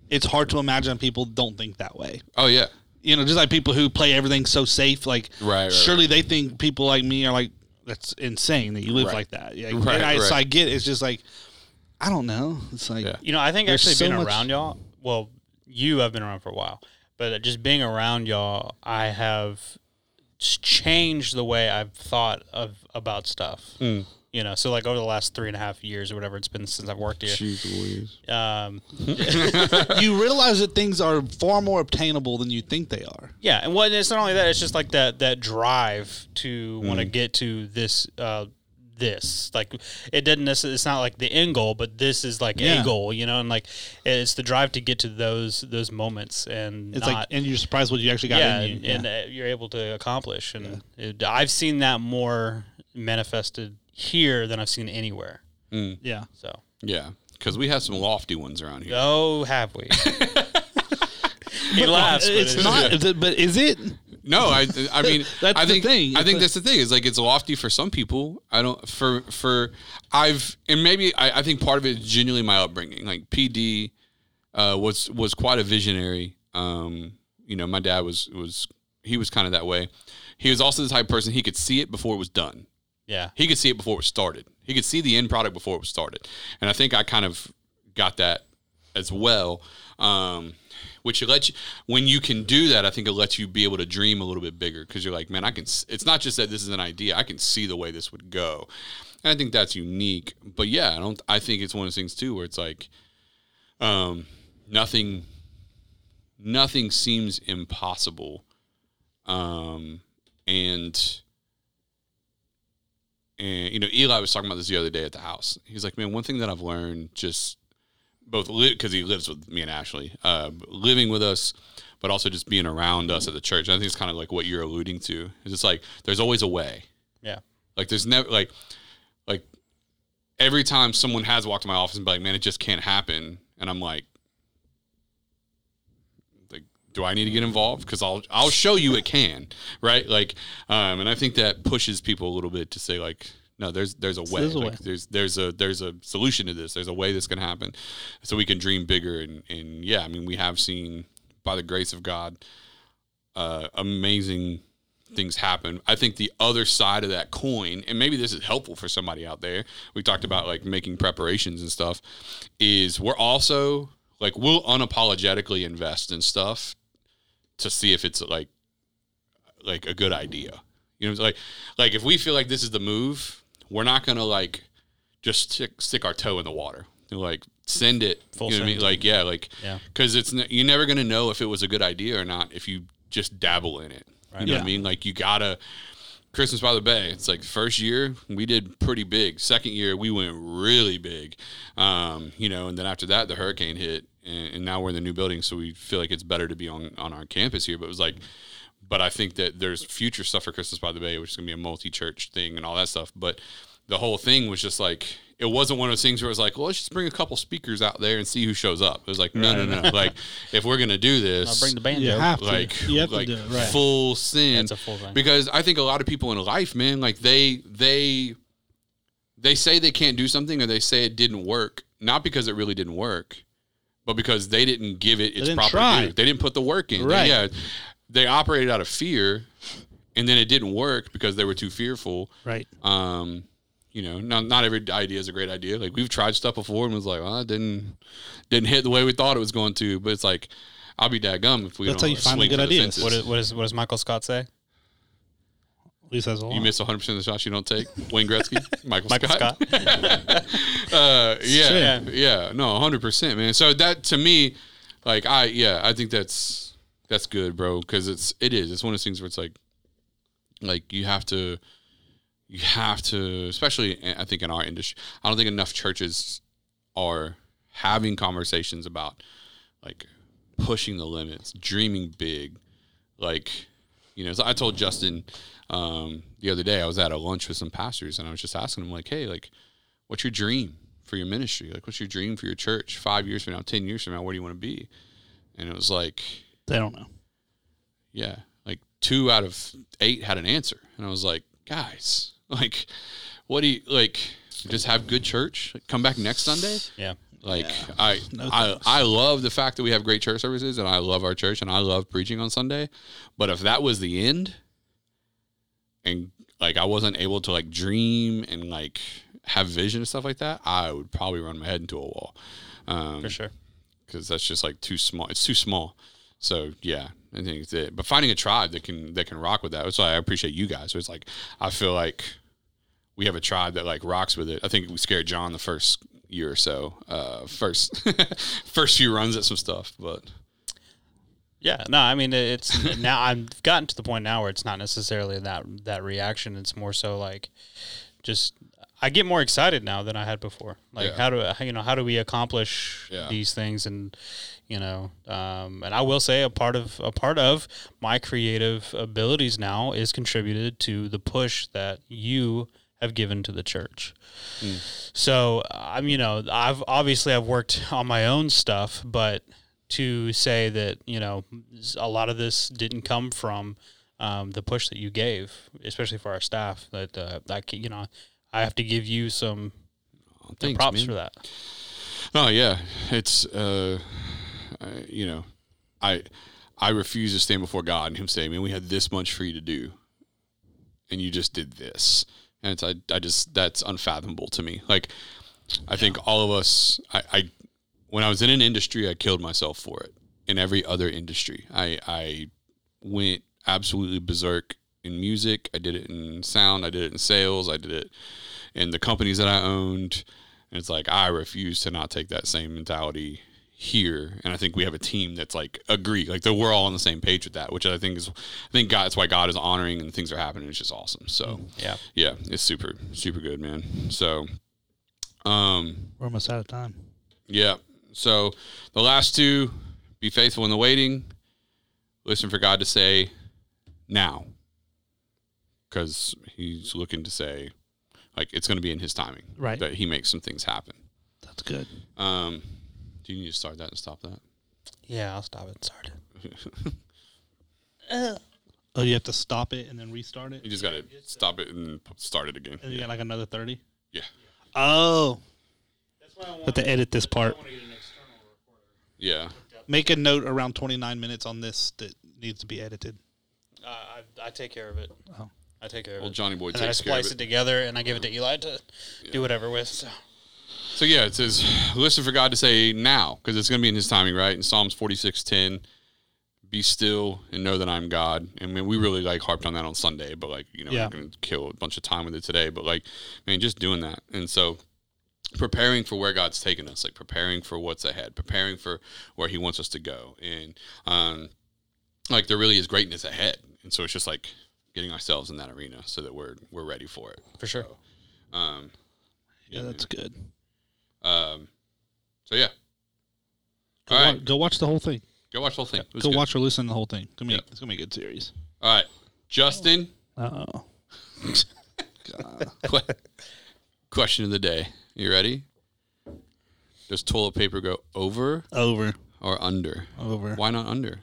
Speaker 2: it's hard to imagine people don't think that way.
Speaker 3: Oh yeah,
Speaker 2: You know, just like people who play everything so safe, like
Speaker 3: Right, right,
Speaker 2: surely they think people like me are like that's insane that you live
Speaker 3: Right.
Speaker 2: like that. Yeah,
Speaker 3: Right,
Speaker 2: and I, so
Speaker 3: right.
Speaker 2: I get it. it's just like I don't know. It's like
Speaker 3: Yeah.
Speaker 4: you know, I think
Speaker 2: There's
Speaker 4: actually
Speaker 2: so
Speaker 4: being
Speaker 2: much-
Speaker 4: around y'all. Well, you have been around for a while, but just being around y'all, I have s- changed the way I've thought of about stuff.
Speaker 2: Mm.
Speaker 4: You know, so like over the last three and a half years or whatever it's been since I've worked here,
Speaker 3: Jeez Louise.
Speaker 4: um,
Speaker 2: you realize that things are far more obtainable than you think they are.
Speaker 4: Yeah, and well, it's not only that; it's just like that that drive to want to
Speaker 2: Mm.
Speaker 4: get to this uh, this like it doesn't necessarily. It's not like the end goal, but this is like
Speaker 2: Yeah.
Speaker 4: a goal, you know. And like it's the drive to get to those those moments, and
Speaker 2: It's like,
Speaker 4: not,
Speaker 2: and you're surprised what you actually got
Speaker 4: yeah,
Speaker 2: in you.
Speaker 4: and, and, uh, you're able to accomplish. And it, I've seen that more manifested here than I've seen anywhere.
Speaker 2: yeah.
Speaker 4: So,
Speaker 3: Yeah, because we have some lofty ones around here.
Speaker 4: oh, have we? he laughs. but
Speaker 2: It's not, is it- but is it?
Speaker 3: No, I, I mean,
Speaker 2: That's
Speaker 3: I
Speaker 2: the
Speaker 3: think,
Speaker 2: thing.
Speaker 3: I
Speaker 2: It's
Speaker 3: think
Speaker 2: a-
Speaker 3: that's the thing. Is like it's lofty for some people. I don't for for I've and maybe I, I think part of it is genuinely my upbringing. Like PD uh, was was quite a visionary. Um, you know, my dad was was he was kind of that way. He was also the type of person he could see it before it was done.
Speaker 4: Yeah.
Speaker 3: He could see it before it was started. He could see the end product before it was started. And I think I kind of got that as well. Um, which lets you, when you can do that, I think it lets you be able to dream a little bit bigger because you're like, man, I can, s- it's not just that this is an idea, I can see the way this would go. And I think that's unique. But yeah, I don't, I think it's one of those things too where it's like, um, nothing, nothing seems impossible. Um, and, and you know eli was talking about this the other day at the house he's like man one thing that i've learned just both because he lives with me and ashley uh, living with us but also just being around us at the church and i think it's kind of like what you're alluding to it's just like there's always a way
Speaker 4: Yeah.
Speaker 3: like there's never like like every time someone has walked to my office and be like, man, it just can't happen, and I'm like, like, do I need to get involved? Because I'll I'll show you it can, right? Like, um, and I think that pushes people a little bit to say like, no, there's there's a way,
Speaker 2: There's a
Speaker 3: Like,
Speaker 2: way.
Speaker 3: there's there's a there's a solution to this. There's a way this can happen, so we can dream bigger and and yeah, I mean we have seen by the grace of God, uh, amazing things happen. I think the other side of that coin, and maybe this is helpful for somebody out there. We talked about like making preparations and stuff, is we're also like we'll unapologetically invest in stuff to see if it's like like a good idea. You know, like like if we feel like this is the move, we're not gonna like just stick, stick our toe in the water. Like send it.
Speaker 4: Full
Speaker 3: you know what I mean?
Speaker 4: send.
Speaker 3: Like yeah, like
Speaker 4: Yeah.
Speaker 3: because it's n- you're never gonna know if it was a good idea or not if you just dabble in it. You know what
Speaker 2: Yeah.
Speaker 3: I mean? Like you gotta. Christmas by the Bay. It's like first year we did pretty big. Second year we went really big, um, you know. And then after that, the hurricane hit, and, and now we're in the new building, so we feel like it's better to be on on our campus here. But it was like, but I think that there's future stuff for Christmas by the Bay, which is gonna be a multi church thing and all that stuff. But the whole thing was just like it wasn't one of those things where it was like, well, let's just bring a couple speakers out there and see who shows up. It was like, no, no, no. like if we're gonna do this,
Speaker 4: I'll bring the banjo.
Speaker 2: You have to.
Speaker 3: like
Speaker 2: you have
Speaker 3: like
Speaker 2: to do it right.
Speaker 3: full sin.
Speaker 4: Yeah, it's a full thing.
Speaker 3: Because I think a lot of people in life, man, like they they they say they can't do something or they say it didn't work, not because it really didn't work, but because they didn't give it its
Speaker 2: didn't
Speaker 3: proper
Speaker 2: try.
Speaker 3: due. They didn't put the work in. They-
Speaker 2: Right.
Speaker 3: yeah. They operated out of fear and then it didn't work because they were too fearful.
Speaker 2: Right.
Speaker 3: Um you know, not not every idea is a great idea. Like we've tried stuff before and was like, well, it didn't didn't hit the way we thought it was going to. But it's like, I'll be dadgum if we
Speaker 2: That's
Speaker 3: don't
Speaker 2: how you find the
Speaker 3: swing
Speaker 2: good
Speaker 3: for
Speaker 2: ideas.
Speaker 3: fences.
Speaker 4: What is, what is what does Michael Scott say?
Speaker 2: At least that's a lot.
Speaker 3: You miss 100% of the shots you don't take. Wayne Gretzky, Michael,
Speaker 4: Michael
Speaker 3: Scott.
Speaker 4: Scott.
Speaker 3: Uh, yeah,
Speaker 2: Shit.
Speaker 3: yeah, no, 100%, man. So that to me, like I, yeah, I think that's that's good, bro, because it's it is. It's one of those things where it's like, like you have to, you have to, especially I think in our industry, I don't think enough churches are having conversations about like pushing the limits, dreaming big, like you know. So I told Justin um, the other day I was at a lunch with some pastors, and I was just asking him like, "Hey, like, what's your dream for your ministry? Like, what's your dream for your church? Five years from now, ten years from now, where do you want to be?" And it was like,
Speaker 2: They don't know.
Speaker 3: yeah, like two out of eight had an answer, and I was like, guys, like, what do you like? Just have good church. Come back next Sunday.
Speaker 4: Yeah.
Speaker 3: Like I, I, I love the fact that we have great church services, and I love our church, and I love preaching on Sunday. But if that was the end, and like I wasn't able to like dream and like have vision and stuff like that, I would probably run my head into a wall. Um,
Speaker 4: For sure.
Speaker 3: because that's just like too small. It's too small. So yeah, I think it's it. But finding a tribe that can that can rock with that. That's why I appreciate you guys. So it's like I feel like we have a tribe that like rocks with it. I think we scared John the first year or so. Uh, first first few runs at some stuff, but
Speaker 4: Yeah, no, I mean it's now I've gotten to the point now where it's not necessarily that that reaction. It's more so like just I get more excited now than I had before. Like
Speaker 3: Yeah.
Speaker 4: how do you know how do we accomplish
Speaker 3: Yeah.
Speaker 4: these things and you know um, and I will say a part of a part of my creative abilities now is contributed to the push that you have given to the church. So I'm, you know, I've obviously I've worked on my own stuff, but to say that you know a lot of this didn't come from um, the push that you gave, especially for our staff, that uh, I can, you know I have to give you some
Speaker 3: thanks,
Speaker 4: props
Speaker 3: man.
Speaker 4: for that.
Speaker 3: Oh yeah, it's uh, I, you know, I I refuse to stand before God and Him say, "Man, we had this much for you to do, and you just did this." And it's, I I just that's unfathomable to me. Like, I think all of us, I, I when I was in an industry, I killed myself for it. In every other industry, I I went absolutely berserk in music. I did it in sound. I did it in sales. I did it in the companies that I owned. And it's like I refuse to not take that same mentality here. And I think we have a team that's like agree, like that we're all on the same page with that, which I think is, I think God, that's why God is honoring and things are happening. It's just awesome. So
Speaker 4: Yeah,
Speaker 3: yeah, it's super, super good, man. So, um,
Speaker 2: We're almost out of time.
Speaker 3: yeah. So the last two be faithful in the waiting, listen for God to say now. Because he's looking to say, like, it's going to be in his timing.
Speaker 2: Right.
Speaker 3: That he makes some things happen.
Speaker 2: That's good.
Speaker 3: Um, do you need to start that and stop that?
Speaker 4: yeah, I'll stop it. Sorry.
Speaker 2: Oh, you have to stop it and then restart it,
Speaker 3: You just got to
Speaker 4: uh,
Speaker 3: stop it and p- start it again.
Speaker 2: and you got like another thirty.
Speaker 3: Yeah.
Speaker 2: Oh. Have to edit this part.
Speaker 3: Yeah.
Speaker 2: Make a note around 29 minutes on this that needs to be edited.
Speaker 4: Uh, I, I take care of it.
Speaker 2: Oh.
Speaker 4: I take care of
Speaker 3: Well,
Speaker 4: it.
Speaker 3: Johnny Boy
Speaker 4: and then I
Speaker 3: takes care of
Speaker 4: splice it.
Speaker 3: it.
Speaker 4: together and I give it to Eli to do whatever with. So.
Speaker 3: So, yeah, it says, listen for God to say now, because it's going to be in his timing, right? In Psalms forty six ten, be still and know that I'm God. I mean, we really like harped on that on Sunday, but like, you know,
Speaker 2: Yeah.
Speaker 3: I'm going to kill a bunch of time with it today. But like, I mean, just doing that. And so preparing for where God's taken us, like preparing for what's ahead, preparing for where He wants us to go. And um, like, there really is greatness ahead. And so it's just like getting ourselves in that arena so that we're, we're ready for it.
Speaker 4: for sure.
Speaker 3: Um,
Speaker 2: Yeah, that's good.
Speaker 3: um, so yeah,
Speaker 2: Go,
Speaker 3: All
Speaker 2: wa-
Speaker 3: right.
Speaker 2: go watch the whole thing.
Speaker 3: go watch the whole thing. It was
Speaker 2: Go
Speaker 3: good.
Speaker 2: watch or listen to the whole thing. It's gonna be,
Speaker 3: Yeah.
Speaker 2: it's gonna be a good series.
Speaker 3: All right, Justin.
Speaker 2: Uh oh.
Speaker 3: que- question of the day. You ready? Does toilet paper go over
Speaker 2: Over.
Speaker 3: or under?
Speaker 2: Over.
Speaker 3: Why not under?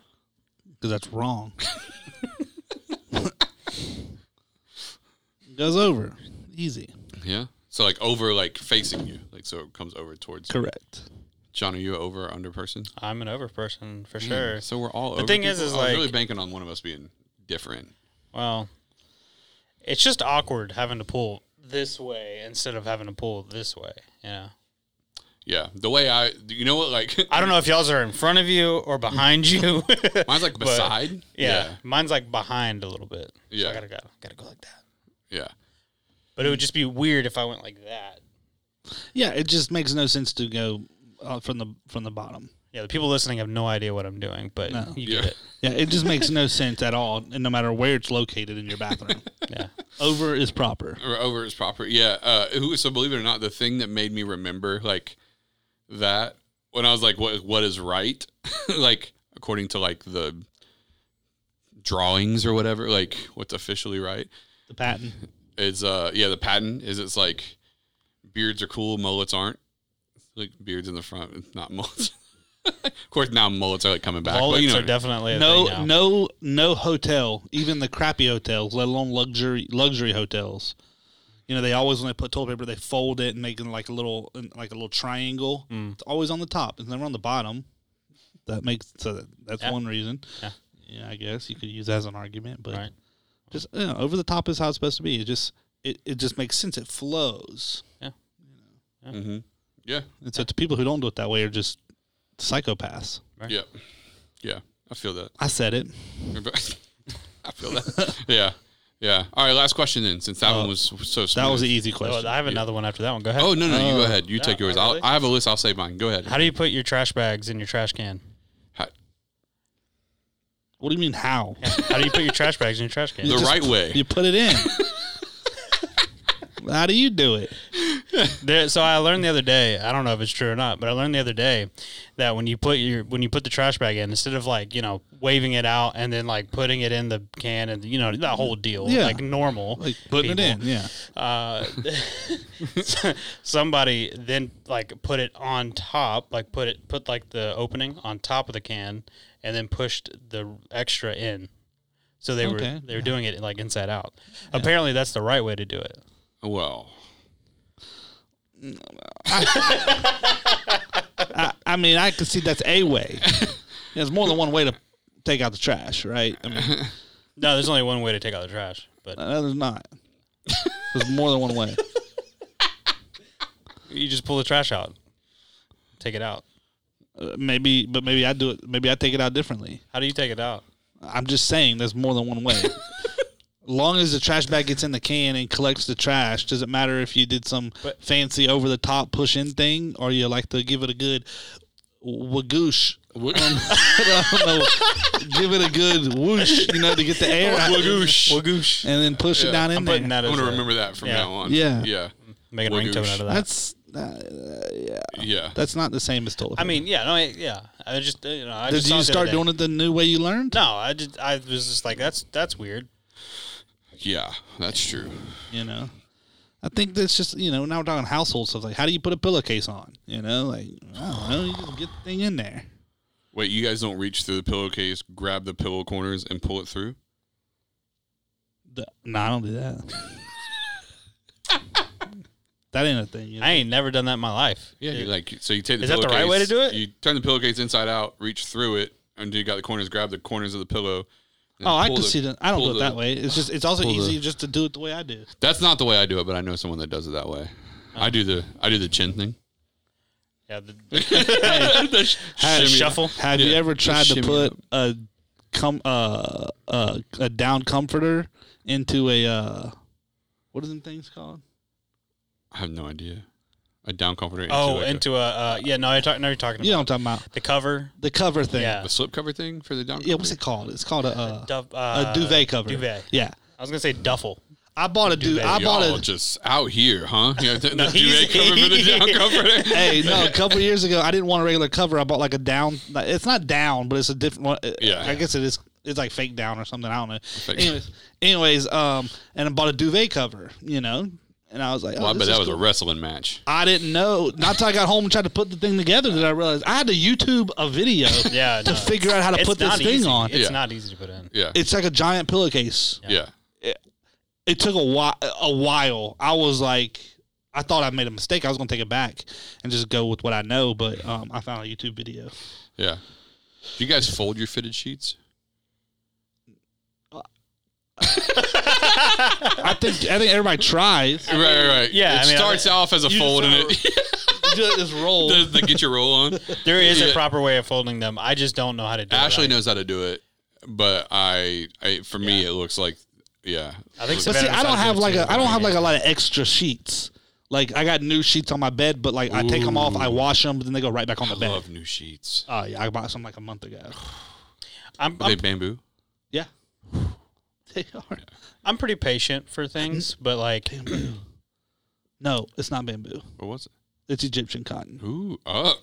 Speaker 2: Because that's wrong. Goes over. Easy.
Speaker 3: Yeah. So like over, like facing you, like so it comes over towards. you.
Speaker 2: Correct.
Speaker 3: John, are you an over or under person?
Speaker 4: I'm an over person
Speaker 3: Mm.
Speaker 4: for sure.
Speaker 3: So we're all. The over
Speaker 4: thing is,
Speaker 3: people.
Speaker 4: is
Speaker 3: I was
Speaker 4: like-
Speaker 3: really banking on one of us being different.
Speaker 4: Well, it's just awkward having to pull this way instead of having to pull this way. Yeah.
Speaker 3: Yeah. The way I, you know what, like
Speaker 4: I don't know if y'all's are in front of you or behind you.
Speaker 3: mine's like beside.
Speaker 4: yeah, Mine's like behind a little bit. So
Speaker 3: Yeah.
Speaker 4: I gotta go, gotta go like that.
Speaker 3: Yeah. yeah.
Speaker 4: But it would just be weird if I went like that.
Speaker 2: Yeah, it just makes no sense to go uh, from the from the bottom.
Speaker 4: Yeah, the people listening have no idea what I'm doing, but
Speaker 2: No.
Speaker 4: you
Speaker 3: Yeah.
Speaker 4: get it.
Speaker 2: Yeah, it just makes no sense at all, and no matter where it's located in your bathroom,
Speaker 4: Yeah.
Speaker 2: over is proper.
Speaker 3: or over his property. Yeah. Uh, who, so believe it or not, the thing that made me remember like that when I was like, what what is right? like according to like the drawings or whatever, like what's officially right
Speaker 2: The patent.
Speaker 3: is uh yeah the patent is it's like beards are cool, mullets aren't. Like beards in the front, not mullets. of course, now mullets are like coming back.
Speaker 4: Mullets
Speaker 3: but, you know,
Speaker 4: are definitely a
Speaker 2: No,
Speaker 4: thing now.
Speaker 2: no, no hotel, even the crappy hotels, let alone luxury luxury hotels. You know, they always when they put toilet paper, they fold it and make it like a little like a little triangle.
Speaker 4: Mm.
Speaker 2: It's always on the top. It's never on the bottom. That makes so that, that's
Speaker 4: Yeah.
Speaker 2: one reason.
Speaker 4: Yeah.
Speaker 2: Yeah, I guess you could use that as an argument, but
Speaker 4: Right.
Speaker 2: just you know, over the top is how it's supposed to be. It just it, it just makes sense. It flows.
Speaker 3: Mhm. yeah,
Speaker 2: And so to people who don't do it that way are just psychopaths.
Speaker 3: yeah, yeah. I feel that.
Speaker 2: I said it.
Speaker 3: I feel that. yeah. Yeah. All right. Last question then, since that
Speaker 2: Oh,
Speaker 3: one was so smooth.
Speaker 2: That was Uh, an easy
Speaker 4: Oh,
Speaker 2: question.
Speaker 4: I have another one after that one. Go ahead.
Speaker 3: Oh no no! you go ahead. You
Speaker 4: no,
Speaker 3: take yours.
Speaker 4: oh, really?
Speaker 3: I'll, I have a list. I'll save mine. Go ahead.
Speaker 4: How do you put your trash bags in your trash can?
Speaker 3: Ha-
Speaker 2: What do you mean how?
Speaker 4: How do you put your trash bags in your trash can?
Speaker 3: The
Speaker 2: just-
Speaker 3: right way.
Speaker 2: You put it in. How do you do it?
Speaker 4: There, so I learned the other day. I don't know if it's true or not, but I learned the other day that when you put your when you put the trash bag in, instead of like you know waving it out and then like putting it in the can and you know that whole deal,
Speaker 2: Yeah.
Speaker 4: like normal,
Speaker 2: Like putting it in,
Speaker 4: people,
Speaker 2: yeah.
Speaker 4: Uh, somebody then like put it on top, like put it put like the opening on top of the can, and then pushed the extra in. So they
Speaker 2: Okay.
Speaker 4: were they were doing it like inside out. Apparently, that's the right way to do it.
Speaker 3: well,
Speaker 2: I, I mean, I can see that's a way. There's more than one way to take out the trash, right? I mean,
Speaker 4: No, there's only one way to take out the trash, but
Speaker 2: no, there's not. There's more than one way.
Speaker 4: you just pull the trash out, take it out.
Speaker 2: Uh, maybe, but maybe I do it. Maybe I take it out differently.
Speaker 4: How do you take it out?
Speaker 2: I'm just saying there's more than one way. Long as the trash bag gets in the can and collects the trash, does it matter if you did some
Speaker 4: But-
Speaker 2: fancy over the top push in thing or you like to give it a good wagoosh? I don't know. give it a good whoosh, you know, to get the air out
Speaker 3: Wagoosh.
Speaker 4: Wagoosh.
Speaker 2: and then push it
Speaker 3: Yeah.
Speaker 2: down in
Speaker 4: I'm
Speaker 2: there.
Speaker 4: putting that
Speaker 3: I'm
Speaker 4: as
Speaker 3: gonna
Speaker 4: a-
Speaker 3: remember that from
Speaker 4: yeah.
Speaker 3: now on.
Speaker 2: Yeah.
Speaker 3: Yeah.
Speaker 4: Make a
Speaker 3: Wagoosh.
Speaker 4: ringtone out of that.
Speaker 2: That's uh,
Speaker 3: Yeah.
Speaker 2: that's not the same as toilet.
Speaker 4: I mean, yeah, no, I, yeah. I just uh, you know, I
Speaker 2: did
Speaker 4: just
Speaker 2: you start doing it the new way you learned?
Speaker 4: No, I just I was just like that's that's weird.
Speaker 3: Yeah. That's true.
Speaker 2: You know, I think that's just you know now we're talking household stuff like how do you put a pillowcase on? You know, like I don't know, you just get the thing in there.
Speaker 3: Wait, you guys don't reach through the pillowcase, grab the pillow corners, and pull it through?
Speaker 2: The- no, I don't do that. that ain't a thing. You know?
Speaker 4: I ain't never done that in my life.
Speaker 3: Yeah. You, like so, you take the
Speaker 4: Is that the right way to
Speaker 3: pillowcase,
Speaker 4: do it?
Speaker 3: You turn the pillowcase inside out, reach through it, until you got the corners. Grab the corners of the pillow. and
Speaker 2: oh, I
Speaker 3: pull
Speaker 2: can
Speaker 3: the-
Speaker 2: see that. I don't
Speaker 3: pull
Speaker 2: do it
Speaker 3: the-
Speaker 2: that way. It's just it's also
Speaker 3: pull the-
Speaker 2: easy just to do it the way I do.
Speaker 3: That's not the way I do it, but I know someone that does it that way.
Speaker 4: Oh.
Speaker 3: I do the I do the chin thing.
Speaker 4: Yeah, the,
Speaker 3: The sh-
Speaker 2: Had-
Speaker 3: shimmy.
Speaker 4: shuffle.
Speaker 2: Have you
Speaker 3: Yeah,
Speaker 2: ever
Speaker 3: just
Speaker 2: tried to
Speaker 3: shimmy
Speaker 2: put
Speaker 3: up.
Speaker 2: a com uh, uh a down comforter into a uh what are them things called?
Speaker 3: I have no idea. A down comforter.
Speaker 4: Oh,
Speaker 3: like a-
Speaker 4: into a uh, yeah. No, I talk, no, you're talking about
Speaker 2: You know what I'm talking about.
Speaker 4: the cover.
Speaker 2: The cover thing.
Speaker 4: Yeah,
Speaker 3: the slip cover thing for the down.
Speaker 2: Yeah, what's it called? It's called a uh,
Speaker 4: Duff-
Speaker 2: a
Speaker 4: uh,
Speaker 2: duvet cover.
Speaker 4: Duvet.
Speaker 2: Yeah.
Speaker 4: I was gonna say duffel.
Speaker 2: I bought a duvet.
Speaker 4: Duvet.
Speaker 2: I bought
Speaker 3: Y'all
Speaker 2: a
Speaker 3: just out here, huh? Yeah, the, the
Speaker 4: he's-
Speaker 3: duvet cover for the down comforter.
Speaker 2: Hey, no, a couple years ago, I didn't want a regular cover. I bought like a down. like, It's not down, but it's a different one.
Speaker 3: Yeah.
Speaker 2: I guess it is. It's like fake down or something. I don't know.
Speaker 3: Fake.
Speaker 2: Anyways, anyways, um, and I bought a duvet cover, you know, and I was like, oh,
Speaker 3: Well, I bet
Speaker 2: this
Speaker 3: that
Speaker 2: is
Speaker 3: was a
Speaker 2: cool.
Speaker 3: wrestling match.
Speaker 2: I didn't know. Not till I got home and tried to put the thing together that I realized I had to YouTube a video
Speaker 4: Yeah,
Speaker 2: to
Speaker 4: no.
Speaker 2: figure out how to
Speaker 4: It's
Speaker 2: put this
Speaker 4: not
Speaker 2: thing
Speaker 4: easy.
Speaker 2: on.
Speaker 4: It's
Speaker 3: Yeah.
Speaker 4: not easy to put in.
Speaker 3: Yeah.
Speaker 2: It's like a giant pillowcase.
Speaker 3: yeah.
Speaker 2: it took a while. A while. I was like, I thought I made a mistake. I was gonna take it back and just go with what I know, but um, I found a YouTube video.
Speaker 3: Yeah. Do you guys fold your fitted sheets?
Speaker 2: I think I think everybody tries.
Speaker 3: Right, right, right.
Speaker 4: yeah,
Speaker 3: It
Speaker 4: I mean, I-
Speaker 3: starts off as a
Speaker 2: You
Speaker 3: fold and
Speaker 2: just-
Speaker 3: it
Speaker 2: Just roll.
Speaker 3: does the get your roll on.
Speaker 4: There is
Speaker 3: Yeah.
Speaker 4: a proper way of folding them. I just don't know how to do
Speaker 3: Ashley
Speaker 4: it.
Speaker 3: knows how to do it, but I, I for me, it looks like, yeah.
Speaker 4: I think
Speaker 2: But see, I don't have like a I don't have like a lot of extra sheets. Like I got new sheets on my bed, but like I take them off, I wash them, but then they go right back on the
Speaker 3: I
Speaker 2: bed.
Speaker 3: love new sheets.
Speaker 2: Oh yeah, I bought some like a month ago.
Speaker 4: I'm,
Speaker 3: Are they
Speaker 4: I'm,
Speaker 3: bamboo?
Speaker 2: Yeah, they are.
Speaker 4: I'm pretty patient for things, but like
Speaker 2: No, it's not bamboo.
Speaker 3: Or what's it?
Speaker 2: It's Egyptian cotton.
Speaker 3: Ooh, up.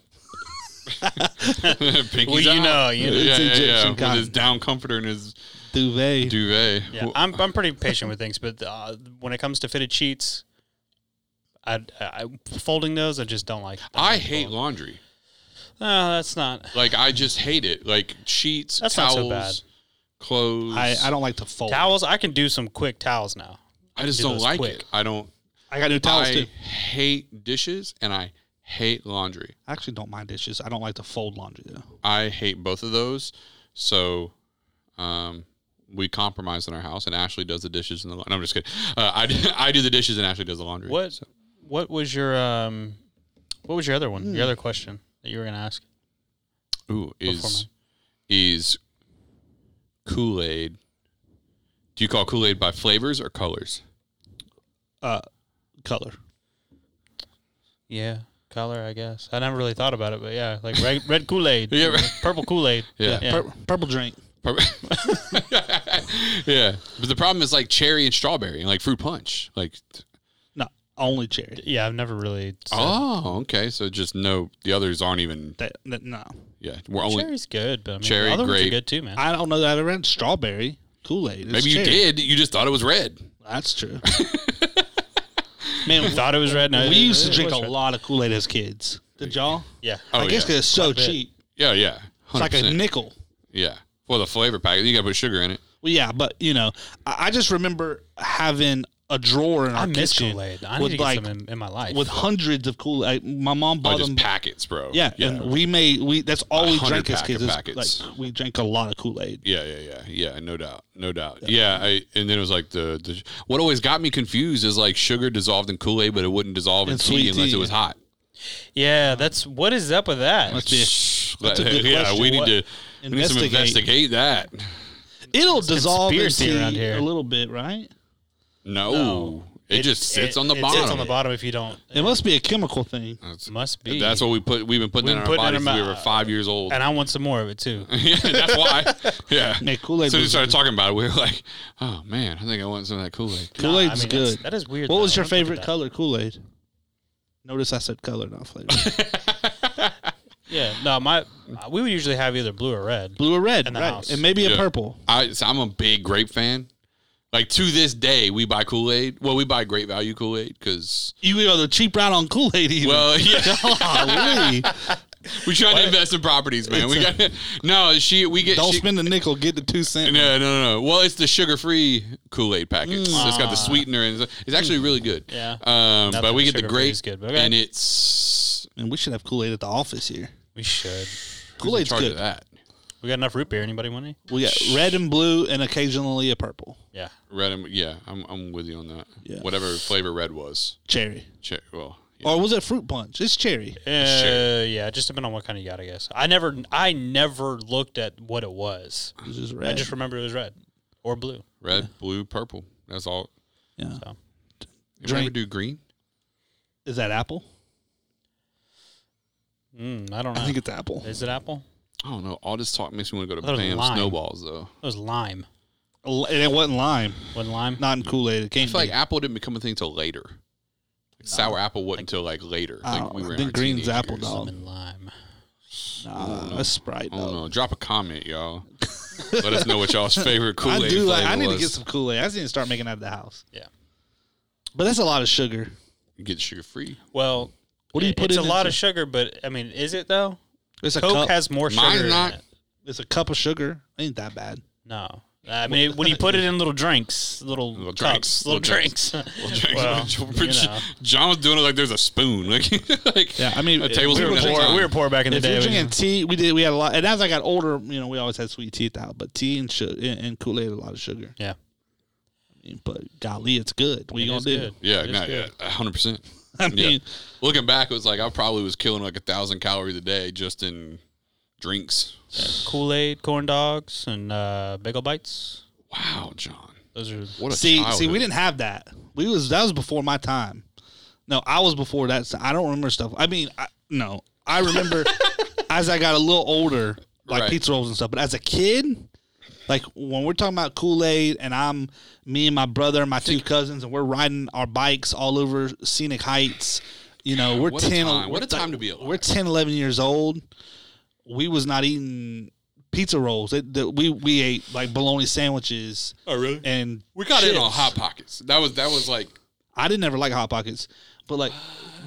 Speaker 3: Pinky's
Speaker 4: Well, you
Speaker 3: out.
Speaker 4: know, you
Speaker 3: yeah,
Speaker 4: know.
Speaker 2: It's
Speaker 3: yeah, yeah.
Speaker 2: Egyptian
Speaker 3: With his
Speaker 2: cotton.
Speaker 3: down comforter and his
Speaker 2: Duvet.
Speaker 3: duvet.
Speaker 4: yeah, I'm I'm pretty patient with things, but uh, when it comes to fitted sheets, I, I folding those I just don't like. them.
Speaker 3: I hate laundry.
Speaker 4: No, that's not.
Speaker 3: Like I just hate it. Like sheets,
Speaker 4: That's not
Speaker 3: towels,
Speaker 4: so bad.
Speaker 3: clothes.
Speaker 2: I, I don't like to fold.
Speaker 4: Towels, I can do some quick towels now.
Speaker 3: I just
Speaker 4: do
Speaker 3: don't
Speaker 4: those
Speaker 3: like
Speaker 4: quick.
Speaker 3: it. I don't.
Speaker 2: I got new towels
Speaker 3: I
Speaker 2: too.
Speaker 3: hate dishes and I hate laundry.
Speaker 2: I actually don't mind dishes. I don't like to fold laundry though.
Speaker 3: I hate both of those. So, um, we compromise in our house, and Ashley does the dishes and the. laundry. I'm just kidding. Uh, I do, I do the dishes and Ashley does the laundry.
Speaker 4: What what was your um what was your other one?
Speaker 3: Hmm.
Speaker 4: Your other question that you were gonna ask?
Speaker 3: Ooh, is is Kool Aid? Do you call Kool Aid by flavors or colors?
Speaker 2: Uh, color.
Speaker 4: Yeah, color, I guess. I never really thought about it, but yeah, like red, red Kool Aid,
Speaker 3: Yeah, right.
Speaker 4: purple Kool Aid.
Speaker 3: Yeah.
Speaker 2: Pur- purple drink.
Speaker 3: Pur- yeah, but the problem is like cherry and strawberry and like fruit punch. Like,
Speaker 2: No, only cherry.
Speaker 4: yeah, I've never really.
Speaker 3: oh, okay, so just no. The others aren't even.
Speaker 2: That, that- no,
Speaker 3: Yeah, we're only.
Speaker 4: cherry's good, but I mean,
Speaker 3: Cherry,
Speaker 4: the other ones
Speaker 3: grape.
Speaker 4: are good too, man.
Speaker 2: I don't know that I've ever had strawberry Kool Aid.
Speaker 3: Maybe you did. You just thought it was red.
Speaker 2: That's true.
Speaker 4: Man, we thought it was red. No,
Speaker 2: we
Speaker 4: it-
Speaker 2: used to
Speaker 4: it
Speaker 2: drink a
Speaker 4: was red.
Speaker 2: lot of Kool Aid as kids. Did y'all?
Speaker 4: Yeah,
Speaker 3: Oh
Speaker 2: I guess
Speaker 3: yeah.
Speaker 2: because it's so cheap.
Speaker 3: yeah, yeah,
Speaker 2: It's like a
Speaker 3: 100%.
Speaker 2: nickel.
Speaker 3: yeah. Well, the flavor packet. You got to put sugar in it.
Speaker 2: Well, yeah, but you know, I, I just remember having a drawer in our
Speaker 4: I miss
Speaker 2: kitchen
Speaker 4: Kool Aid. I need
Speaker 2: with
Speaker 4: to get
Speaker 2: like
Speaker 4: some in, in my life.
Speaker 2: with hundreds of Kool Aid. My mom
Speaker 3: Oh,
Speaker 2: bought
Speaker 3: just
Speaker 2: them.
Speaker 3: packets, bro.
Speaker 2: Yeah,
Speaker 3: yeah,
Speaker 2: and we made we. That's all we
Speaker 3: 100
Speaker 2: drank as
Speaker 3: pack
Speaker 2: kids.
Speaker 3: of
Speaker 2: is,
Speaker 3: packets.
Speaker 2: Like we drank a lot of Kool Aid.
Speaker 3: Yeah, yeah, yeah, yeah. No doubt, no doubt. Yeah, I, and then it was like the, the what always got me confused is like sugar dissolved in Kool Aid, but it wouldn't dissolve in
Speaker 2: And
Speaker 3: tea
Speaker 2: sweet
Speaker 3: unless
Speaker 2: tea.
Speaker 3: it was hot.
Speaker 4: yeah, that's what is up with that?
Speaker 2: Must be a That's a good
Speaker 3: yeah,
Speaker 2: question.
Speaker 3: we need
Speaker 2: What-
Speaker 3: to we need some
Speaker 2: Investigate.
Speaker 3: investigate that.
Speaker 2: It'll dissolve
Speaker 4: conspiracy
Speaker 2: into
Speaker 4: around here.
Speaker 2: a little bit, right?
Speaker 3: No, it,
Speaker 4: It-
Speaker 3: just sits
Speaker 4: it-
Speaker 3: on the
Speaker 4: it
Speaker 3: bottom.
Speaker 4: Sits on the bottom if you don't.
Speaker 2: It must be a chemical thing.
Speaker 4: Mm.
Speaker 3: That's,
Speaker 4: Must be.
Speaker 3: that's what we put. We've been putting
Speaker 4: We've
Speaker 3: in our
Speaker 4: been putting
Speaker 3: body
Speaker 4: in
Speaker 3: since
Speaker 4: our
Speaker 3: we were
Speaker 4: mouth.
Speaker 3: five years old.
Speaker 4: And I want some more of it too.
Speaker 3: yeah, that's why. Yeah.
Speaker 2: Yeah, Kool Aid.
Speaker 3: So we started talking about it. We were like, "Oh man, I think I want some of that Kool Aid."
Speaker 2: Kool
Speaker 4: I
Speaker 2: Aid's
Speaker 4: mean, that's-
Speaker 2: good.
Speaker 4: that is weird,
Speaker 2: What was
Speaker 4: though.
Speaker 2: your
Speaker 4: I'm fine with
Speaker 2: favorite
Speaker 4: that.
Speaker 2: color Kool Aid? Notice I said color, not flavor.
Speaker 4: Yeah, no, my uh, we would usually have either blue or red.
Speaker 2: Blue or red,
Speaker 4: In the
Speaker 2: right?
Speaker 4: house.
Speaker 2: And maybe
Speaker 3: Yeah.
Speaker 2: a purple.
Speaker 3: I, so I'm a big grape fan. Like to this day, we buy Kool Aid. Well, we buy Great Value Kool Aid because
Speaker 2: You go the cheap route on Kool Aid. Even
Speaker 3: well, yeah,
Speaker 2: Golly.
Speaker 3: we try to invest in properties, man. we got no. She we get
Speaker 2: don't
Speaker 3: she-
Speaker 2: spend a nickel, get the two cent.
Speaker 3: No, no, no. Well, it's the sugar-free Kool-Aid packets. It's got the sweetener, and it's it's actually really good.
Speaker 4: Mm. Ah. Yeah.
Speaker 3: Um,
Speaker 4: Nothing
Speaker 3: but we get the
Speaker 4: sugar-free
Speaker 3: grape,
Speaker 4: is good, but okay.
Speaker 3: and it's
Speaker 2: And we should have Kool Aid at the office here.
Speaker 4: We should.
Speaker 2: Kool Aid's
Speaker 3: charge of
Speaker 2: good.
Speaker 3: that.
Speaker 4: We got enough root beer. Anybody want any?
Speaker 2: We got red and blue, and occasionally a purple
Speaker 4: Yeah.
Speaker 3: Red, and, yeah, um, I'm, I'm with you on that.
Speaker 2: Yeah.
Speaker 3: Whatever flavor red was,
Speaker 2: cherry.
Speaker 3: Che- well,
Speaker 2: Or was it fruit punch? It's cherry.
Speaker 4: Uh, yeah, just depending on what kind of yacht, I guess. I never, I never looked at what it was.
Speaker 2: It was just
Speaker 4: I
Speaker 2: red.
Speaker 4: just remember it was red or blue.
Speaker 3: Red, blue, purple. That's all.
Speaker 2: yeah.
Speaker 4: So.
Speaker 3: You ever
Speaker 2: Drink.
Speaker 3: do green?
Speaker 2: Is that apple?
Speaker 4: Mm, I don't know.
Speaker 2: I think it's apple.
Speaker 4: Is it apple?
Speaker 3: I don't know. All this talk makes me want to go to
Speaker 4: That was
Speaker 3: Pam
Speaker 4: lime.
Speaker 3: Snowballs though.
Speaker 4: It was lime.
Speaker 2: And it wasn't lime.
Speaker 4: Wasn't lime?
Speaker 2: Not in Kool Aid. It
Speaker 3: I
Speaker 2: can't
Speaker 3: feel
Speaker 2: be.
Speaker 3: like apple didn't become a thing until later. Like sour apple wasn't until like later.
Speaker 2: I
Speaker 3: Like
Speaker 2: don't know.
Speaker 3: in
Speaker 2: Then
Speaker 3: our
Speaker 2: uh, green's
Speaker 3: teenage
Speaker 2: apple,
Speaker 3: years.
Speaker 2: dog.
Speaker 4: Lemon lime.
Speaker 2: Nah, that's Sprite.
Speaker 3: I don't
Speaker 2: Though.
Speaker 3: know. Drop a comment, y'all. Let us know what y'all's favorite Kool
Speaker 2: I
Speaker 3: Aid.
Speaker 2: do like. I need to get some Kool Aid. I just need to start making that at the house.
Speaker 4: Yeah.
Speaker 2: But that's a lot of sugar.
Speaker 3: get sugar free.
Speaker 4: Well,
Speaker 2: What do you
Speaker 4: it-
Speaker 2: put
Speaker 4: it's
Speaker 2: in
Speaker 4: a
Speaker 2: it
Speaker 4: lot
Speaker 2: to-
Speaker 4: of sugar, but I mean, is it though?
Speaker 2: It's a
Speaker 4: Coke
Speaker 2: cup.
Speaker 4: has more sugar.
Speaker 3: Mine's
Speaker 4: in
Speaker 3: not.
Speaker 4: it.
Speaker 2: it's a cup of sugar. Ain't that bad.
Speaker 4: No. I mean, when you put it in little drinks, little,
Speaker 3: Little
Speaker 4: cups,
Speaker 3: drinks,
Speaker 4: little,
Speaker 3: little
Speaker 4: drinks.
Speaker 3: Well,
Speaker 4: Well, you know.
Speaker 3: John was doing it like there's a spoon. Like, like
Speaker 2: Yeah, I mean,
Speaker 3: a
Speaker 2: if
Speaker 3: tablespoon.
Speaker 2: we were
Speaker 3: at a
Speaker 2: poor-
Speaker 3: time.
Speaker 4: we were poor back in the
Speaker 2: if
Speaker 4: day.
Speaker 2: you're
Speaker 4: we-
Speaker 2: drinking tea, we did. We had a lot. And as I got older, you know, we always had sweet teeth out. But tea and sugar and, and Kool Aid, a lot of sugar.
Speaker 4: yeah.
Speaker 2: I mean, but golly, it's good. What
Speaker 4: It
Speaker 2: you gonna
Speaker 4: is
Speaker 2: do?
Speaker 4: good.
Speaker 3: Yeah,
Speaker 4: It is
Speaker 3: not
Speaker 4: good.
Speaker 3: yet. hundred percent.
Speaker 2: I mean,
Speaker 3: Looking back, it was like I probably was killing like a thousand calories a day just in drinks.
Speaker 4: Kool Aid, corn dogs, and uh, bagel bites.
Speaker 3: Wow, John,
Speaker 4: Those are
Speaker 3: what a
Speaker 2: see, see,
Speaker 3: childhood.
Speaker 2: we didn't have that. We was that was before my time. No, I was before that. So I don't remember stuff. I mean, I, no, I remember as I got a little older, like
Speaker 3: Right.
Speaker 2: pizza rolls and stuff. But as a kid, like when we're talking about Kool Aid, and I'm me and my brother and my two cousins, and we're riding our bikes all over scenic heights. You know, we're
Speaker 3: what a
Speaker 2: ten.
Speaker 3: time.
Speaker 2: we're
Speaker 3: What a
Speaker 2: th-
Speaker 3: time to be alive.
Speaker 2: We're 10, 11 years old. We was not eating pizza rolls. It, the, we we ate like bologna sandwiches
Speaker 4: oh really?
Speaker 2: and
Speaker 3: We got in on
Speaker 2: chips.
Speaker 3: hot pockets. That was that was like
Speaker 2: I didn't ever like hot pockets, but like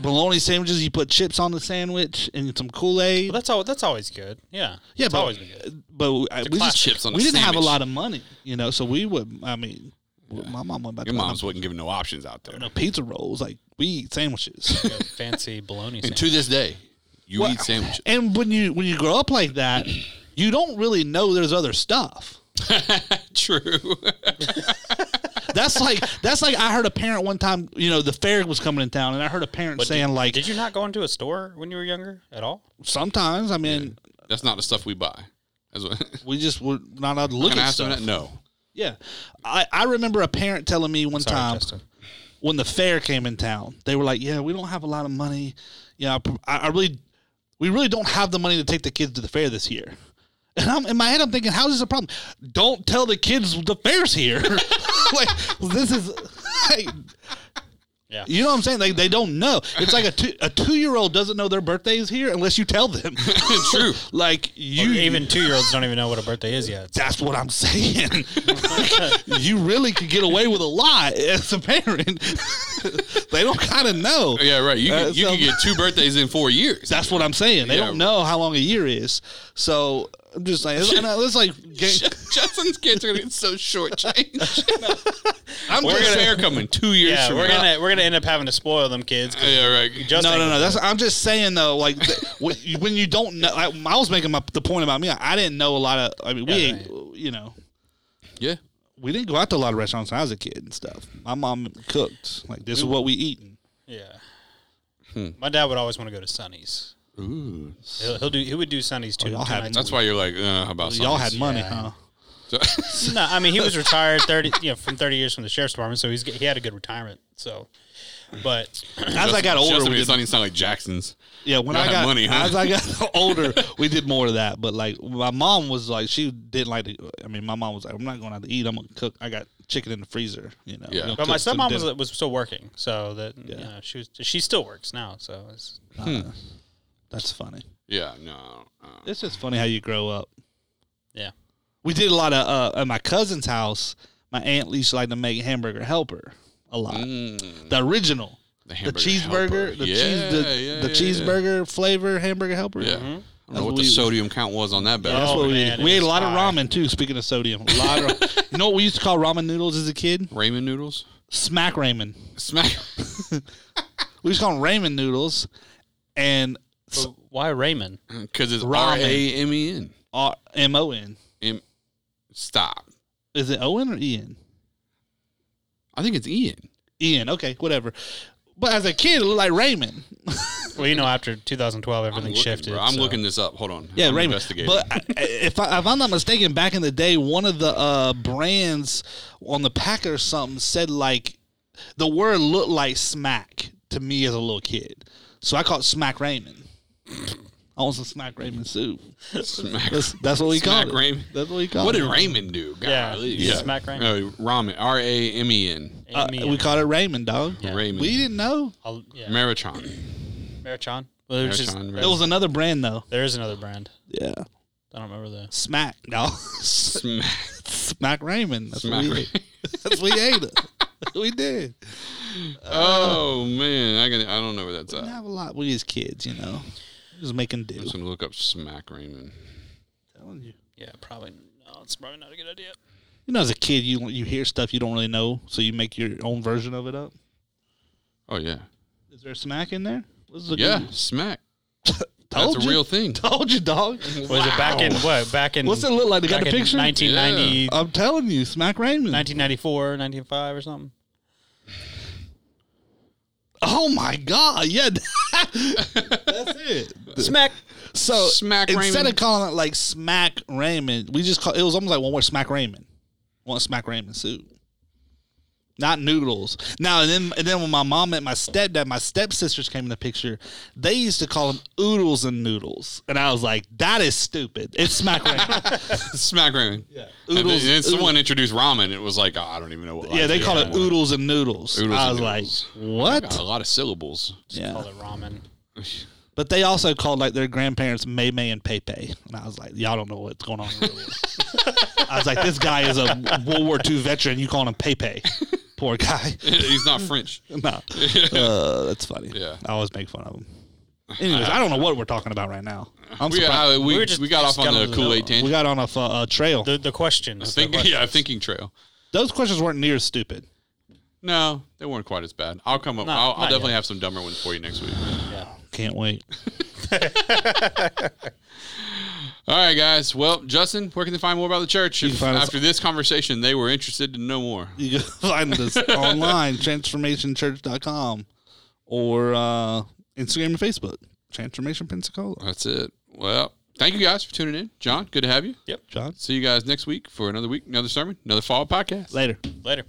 Speaker 2: bologna sandwiches, you put chips on the sandwich and some Kool Aid.
Speaker 4: Well, that's all. That's always good. Yeah.
Speaker 2: yeah,
Speaker 4: it's
Speaker 2: but,
Speaker 4: always been good.
Speaker 2: but I- we just
Speaker 3: classic. Chips on
Speaker 2: we
Speaker 3: a
Speaker 2: didn't have a
Speaker 3: sandwich.
Speaker 2: lot of money, you know, so we would. I mean, my mom went back
Speaker 3: your
Speaker 2: to
Speaker 3: moms wasn't giving no options out there.
Speaker 2: no pizza rolls, like we eat sandwiches.
Speaker 4: Good fancy bologna
Speaker 3: And
Speaker 4: sandwich.
Speaker 3: to this day, you
Speaker 2: Well,
Speaker 3: eat sandwiches.
Speaker 2: and when you when you grow up like that, you don't really know there's other stuff.
Speaker 3: True.
Speaker 2: That's like that's like I heard a parent one time, you know, the fair was coming in town, and I heard a parent saying like,
Speaker 4: Did you not go into a store when you were younger at all?
Speaker 2: sometimes I mean,
Speaker 3: That's not the stuff we buy. That's what.
Speaker 2: we just were not allowed to look
Speaker 3: Can I
Speaker 2: at
Speaker 3: ask them
Speaker 2: stuff.
Speaker 3: that? No.
Speaker 2: Yeah. I, I remember a parent telling me one
Speaker 4: Sorry,
Speaker 2: time
Speaker 4: Justin.
Speaker 2: when the fair came in town, they were like, Yeah, we don't have a lot of money. You know, I, I really, we really don't have the money to take the kids to the fair this year. And I'm, in my head, I'm thinking, How is this a problem? Don't tell the kids the fair's here. like, this is. like,
Speaker 4: Yeah.
Speaker 2: You know what I'm saying? Like they don't know. It's like a two, a two year old doesn't know their birthday is here unless you tell them.
Speaker 3: True.
Speaker 2: like you
Speaker 4: You even two year olds don't even know what a birthday is yet.
Speaker 2: that's what I'm saying. you really could get away with a lot as a parent. they don't kind of know.
Speaker 3: Yeah, right. You
Speaker 2: Uh,
Speaker 3: can, you
Speaker 2: so-
Speaker 3: can get two birthdays in four years.
Speaker 2: That's what I'm saying. They
Speaker 3: Yeah.
Speaker 2: don't know how long a year is. So I'm just like, it's, I know, it's like, ga-
Speaker 3: Justin's kids are gonna get so shortchanged.
Speaker 2: I'm
Speaker 3: We're
Speaker 2: just
Speaker 3: gonna
Speaker 2: saying.
Speaker 3: air coming two years
Speaker 4: Yeah,
Speaker 3: from
Speaker 4: we're
Speaker 3: now.
Speaker 4: gonna we're gonna end up having to spoil them kids. 'cause
Speaker 3: Yeah, right.
Speaker 4: Justin,
Speaker 2: No, no, no. That's I'm just saying though. Like th- when you- when you don't know, I, I was making my, the point about me. I didn't know a lot of. I mean, we,
Speaker 4: Yeah,
Speaker 2: ate, you know,
Speaker 3: yeah.
Speaker 2: we didn't go out to a lot of restaurants when I was a kid and stuff. My mom cooked. Like this is what we eating.
Speaker 4: Yeah. My dad would always want to go to Sonny's.
Speaker 3: Ooh.
Speaker 4: He'll, he'll do. He would do Sonny's too.
Speaker 2: y'all had-
Speaker 4: Tonight-
Speaker 3: That's why you're like, uh, how about
Speaker 2: Y'all had
Speaker 3: something?
Speaker 2: money,
Speaker 4: Yeah.
Speaker 2: huh?
Speaker 4: No, I mean he was retired thirty, you know, from thirty years from the sheriff's department, so he's g- he had a good retirement. So, but
Speaker 2: As I got older, we
Speaker 3: Justin made
Speaker 2: did
Speaker 3: Sonny sound like Jackson's.
Speaker 2: Yeah, when
Speaker 3: Y'all
Speaker 2: I
Speaker 3: had
Speaker 2: got
Speaker 3: money, huh?
Speaker 2: as I got older, we did more of that. But like my mom was like, she didn't like. To, I mean, my mom was like, I'm not going out to eat. I'm gonna cook. I got chicken in the freezer. You know.
Speaker 3: Yeah.
Speaker 2: Gonna
Speaker 4: but my
Speaker 2: cook some
Speaker 4: stepmom was
Speaker 2: dinner.
Speaker 4: was still working, so that you know she was she still works now. So it's,
Speaker 3: Hmm.
Speaker 2: That's funny.
Speaker 3: Yeah, no. Uh,
Speaker 2: It's just funny how you grow up.
Speaker 4: yeah,
Speaker 2: We did a lot of uh, at my cousin's house. My aunt used to like to make hamburger helper a lot.
Speaker 3: mm,
Speaker 2: The original,
Speaker 3: the,
Speaker 2: the
Speaker 3: hamburger
Speaker 2: cheeseburger,
Speaker 3: helper.
Speaker 2: the
Speaker 3: yeah,
Speaker 2: cheese, the,
Speaker 3: yeah,
Speaker 2: the
Speaker 3: yeah,
Speaker 2: cheeseburger flavor hamburger helper.
Speaker 3: Yeah.
Speaker 4: Mm-hmm.
Speaker 3: I don't know what the
Speaker 2: we-
Speaker 3: sodium count was on that
Speaker 2: Yeah,
Speaker 3: bag.
Speaker 2: that's
Speaker 4: Oh,
Speaker 2: what we
Speaker 4: man,
Speaker 2: ate.
Speaker 4: it
Speaker 2: We ate
Speaker 4: is
Speaker 2: a lot
Speaker 4: high.
Speaker 2: of ramen too. Speaking of sodium, a lot of you know what we used to call ramen noodles as a kid?
Speaker 3: Ramen noodles.
Speaker 2: Smack ramen.
Speaker 3: Smack.
Speaker 2: We just call them ramen noodles, and
Speaker 4: But why Raymond?
Speaker 3: Because it's
Speaker 2: Ramen.
Speaker 3: R A M E N.
Speaker 4: Oh.
Speaker 2: R uh, M O N.
Speaker 3: Em- Stop.
Speaker 2: Is it Owen or E Ian?
Speaker 3: I think it's Ian.
Speaker 2: Ian. E Okay, whatever. But as a kid, it looked like Raymond.
Speaker 4: Well, you know, after 2012, everything
Speaker 3: I'm looking,
Speaker 4: shifted.
Speaker 3: bro. I'm
Speaker 4: so-
Speaker 3: looking this up. Hold on.
Speaker 2: Yeah,
Speaker 3: I'm
Speaker 2: Raymond.
Speaker 3: investigating.
Speaker 2: But I, if, I, if I'm not mistaken, back in the day, one of the uh, brands on the packet or something said like the word looked like smack to me as a little kid, so I called smack Raymond. I want some smack Raymond soup.
Speaker 3: Smack-
Speaker 2: That's, that's what we
Speaker 3: Smack
Speaker 2: called it.
Speaker 3: Raymond.
Speaker 2: That's what we called
Speaker 3: what did
Speaker 2: it.
Speaker 3: Raymond do?
Speaker 4: Yeah.
Speaker 3: Golly.
Speaker 4: Yeah. Smack Raymond.
Speaker 3: Uh, ramen. R A M E N.
Speaker 2: Uh,
Speaker 4: Amy
Speaker 2: we
Speaker 4: and-
Speaker 2: called it Raymond, dog.
Speaker 4: Yeah.
Speaker 3: Raymond.
Speaker 2: We didn't know.
Speaker 4: I'll- yeah.
Speaker 3: Maritron.
Speaker 4: Marichon. Well, there's just-
Speaker 3: Marichon,
Speaker 2: It was another brand though.
Speaker 4: there is another brand.
Speaker 2: Yeah,
Speaker 4: I don't remember the.
Speaker 2: smack dog.
Speaker 3: Smack.
Speaker 2: smack Raymond. That's
Speaker 3: Smack
Speaker 2: what we
Speaker 3: Raymond.
Speaker 2: ate. That's what we ate. we did.
Speaker 3: Oh man, I can. I don't know where that's
Speaker 2: We
Speaker 3: at.
Speaker 2: have a lot. We as kids, you know, We're just making do.
Speaker 3: I'm just gonna look up Smack Raymond.
Speaker 2: telling you.
Speaker 4: Yeah, probably. No, it's probably not a good idea.
Speaker 2: You know, as a kid, you you hear stuff you don't really know, so you make your own version of it up.
Speaker 3: Oh yeah,
Speaker 2: Is there smack in there? Let's look
Speaker 3: yeah,
Speaker 2: at it.
Speaker 3: Smack.
Speaker 2: told
Speaker 3: That's a
Speaker 2: you.
Speaker 3: real thing.
Speaker 2: Told you, dog.
Speaker 4: Was it back in what? Back in
Speaker 2: What's it look like? They got
Speaker 4: back
Speaker 2: the
Speaker 4: in
Speaker 2: picture. Oh.
Speaker 4: 1990,
Speaker 2: I'm telling you, smack Raymond.
Speaker 4: 1994, 1995 or something.
Speaker 2: Oh my god, yeah. That's it.
Speaker 4: Smack.
Speaker 2: So
Speaker 3: Smack
Speaker 2: instead
Speaker 3: Raymond.
Speaker 2: of calling it like smack Raymond, we just call it was almost like one word smack Raymond. One smack Raymond soup. Not noodles. Now and then and then when my mom met my stepdad, my stepsisters came in the picture, they used to call them oodles and noodles. And I was like, that is stupid. It's smack Raymond.
Speaker 3: Smack Raymond. Yeah. and,
Speaker 2: Oodles-
Speaker 3: then someone introduced ramen. It was like oh, I don't even know what.
Speaker 2: yeah, they call it
Speaker 3: oodles.
Speaker 2: oodles and noodles.
Speaker 3: Oodles
Speaker 2: I
Speaker 3: and
Speaker 2: was
Speaker 3: noodles.
Speaker 2: like, what?
Speaker 3: A lot of syllables.
Speaker 2: Yeah.
Speaker 4: Call it ramen.
Speaker 2: But they also called like their grandparents May May and Pepe, and I was like, y'all don't know what's going on. in the world." I was like, this guy is a World War II veteran. You call him Pepe, poor guy.
Speaker 3: He's not French.
Speaker 2: no, uh, that's funny.
Speaker 3: Yeah.
Speaker 2: I always make fun of him. Anyways, I don't know what we're talking about right now. I'm
Speaker 3: We,
Speaker 2: surprised.
Speaker 3: uh, we,
Speaker 4: We
Speaker 3: we,
Speaker 4: were just-
Speaker 3: got off
Speaker 4: just
Speaker 3: on
Speaker 4: got
Speaker 3: the
Speaker 4: on the-
Speaker 3: Kool Aid
Speaker 2: we
Speaker 3: tangent.
Speaker 2: got on a, f- uh, trail.
Speaker 4: The the questions. the
Speaker 3: Think,
Speaker 4: questions.
Speaker 3: yeah, thinking trail.
Speaker 2: Those questions weren't near as stupid.
Speaker 3: No, they weren't quite as bad. I'll come up.
Speaker 4: Not-
Speaker 3: I'll,
Speaker 4: not
Speaker 3: I'll definitely have some dumber ones for you next week.
Speaker 2: Can't wait.
Speaker 3: All right, guys. Well, Justin, where can they find more about the church?
Speaker 2: can
Speaker 3: If,
Speaker 2: find us-
Speaker 3: after this conversation, they were interested to know more.
Speaker 2: You can find us online, transformationchurch.com, or uh, Instagram and Facebook, Transformation Pensacola.
Speaker 3: That's it. Well, thank you guys for tuning in. John, good to have you.
Speaker 4: Yep.
Speaker 2: John,
Speaker 3: See you guys next week for another week, another sermon, another follow podcast.
Speaker 2: later.
Speaker 4: Later.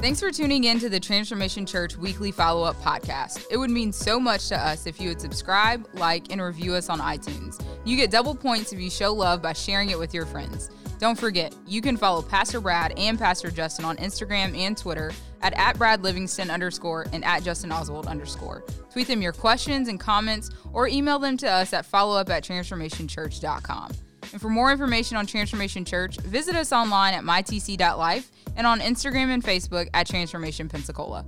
Speaker 1: Thanks for tuning in to the Transformation Church Weekly Follow Up Podcast. It would mean so much to us if you would subscribe, like, and review us on iTunes. You get double points if you show love by sharing it with your friends. Don't forget, you can follow Pastor Brad and Pastor Justin on Instagram and Twitter at, at @bradlivingston underscore and at Justin Oswald underscore. Tweet them your questions and comments or email them to us at followup at transformationchurch.com. And for more information on Transformation Church, visit us online at mytc.life and on Instagram and Facebook at Transformation Pensacola.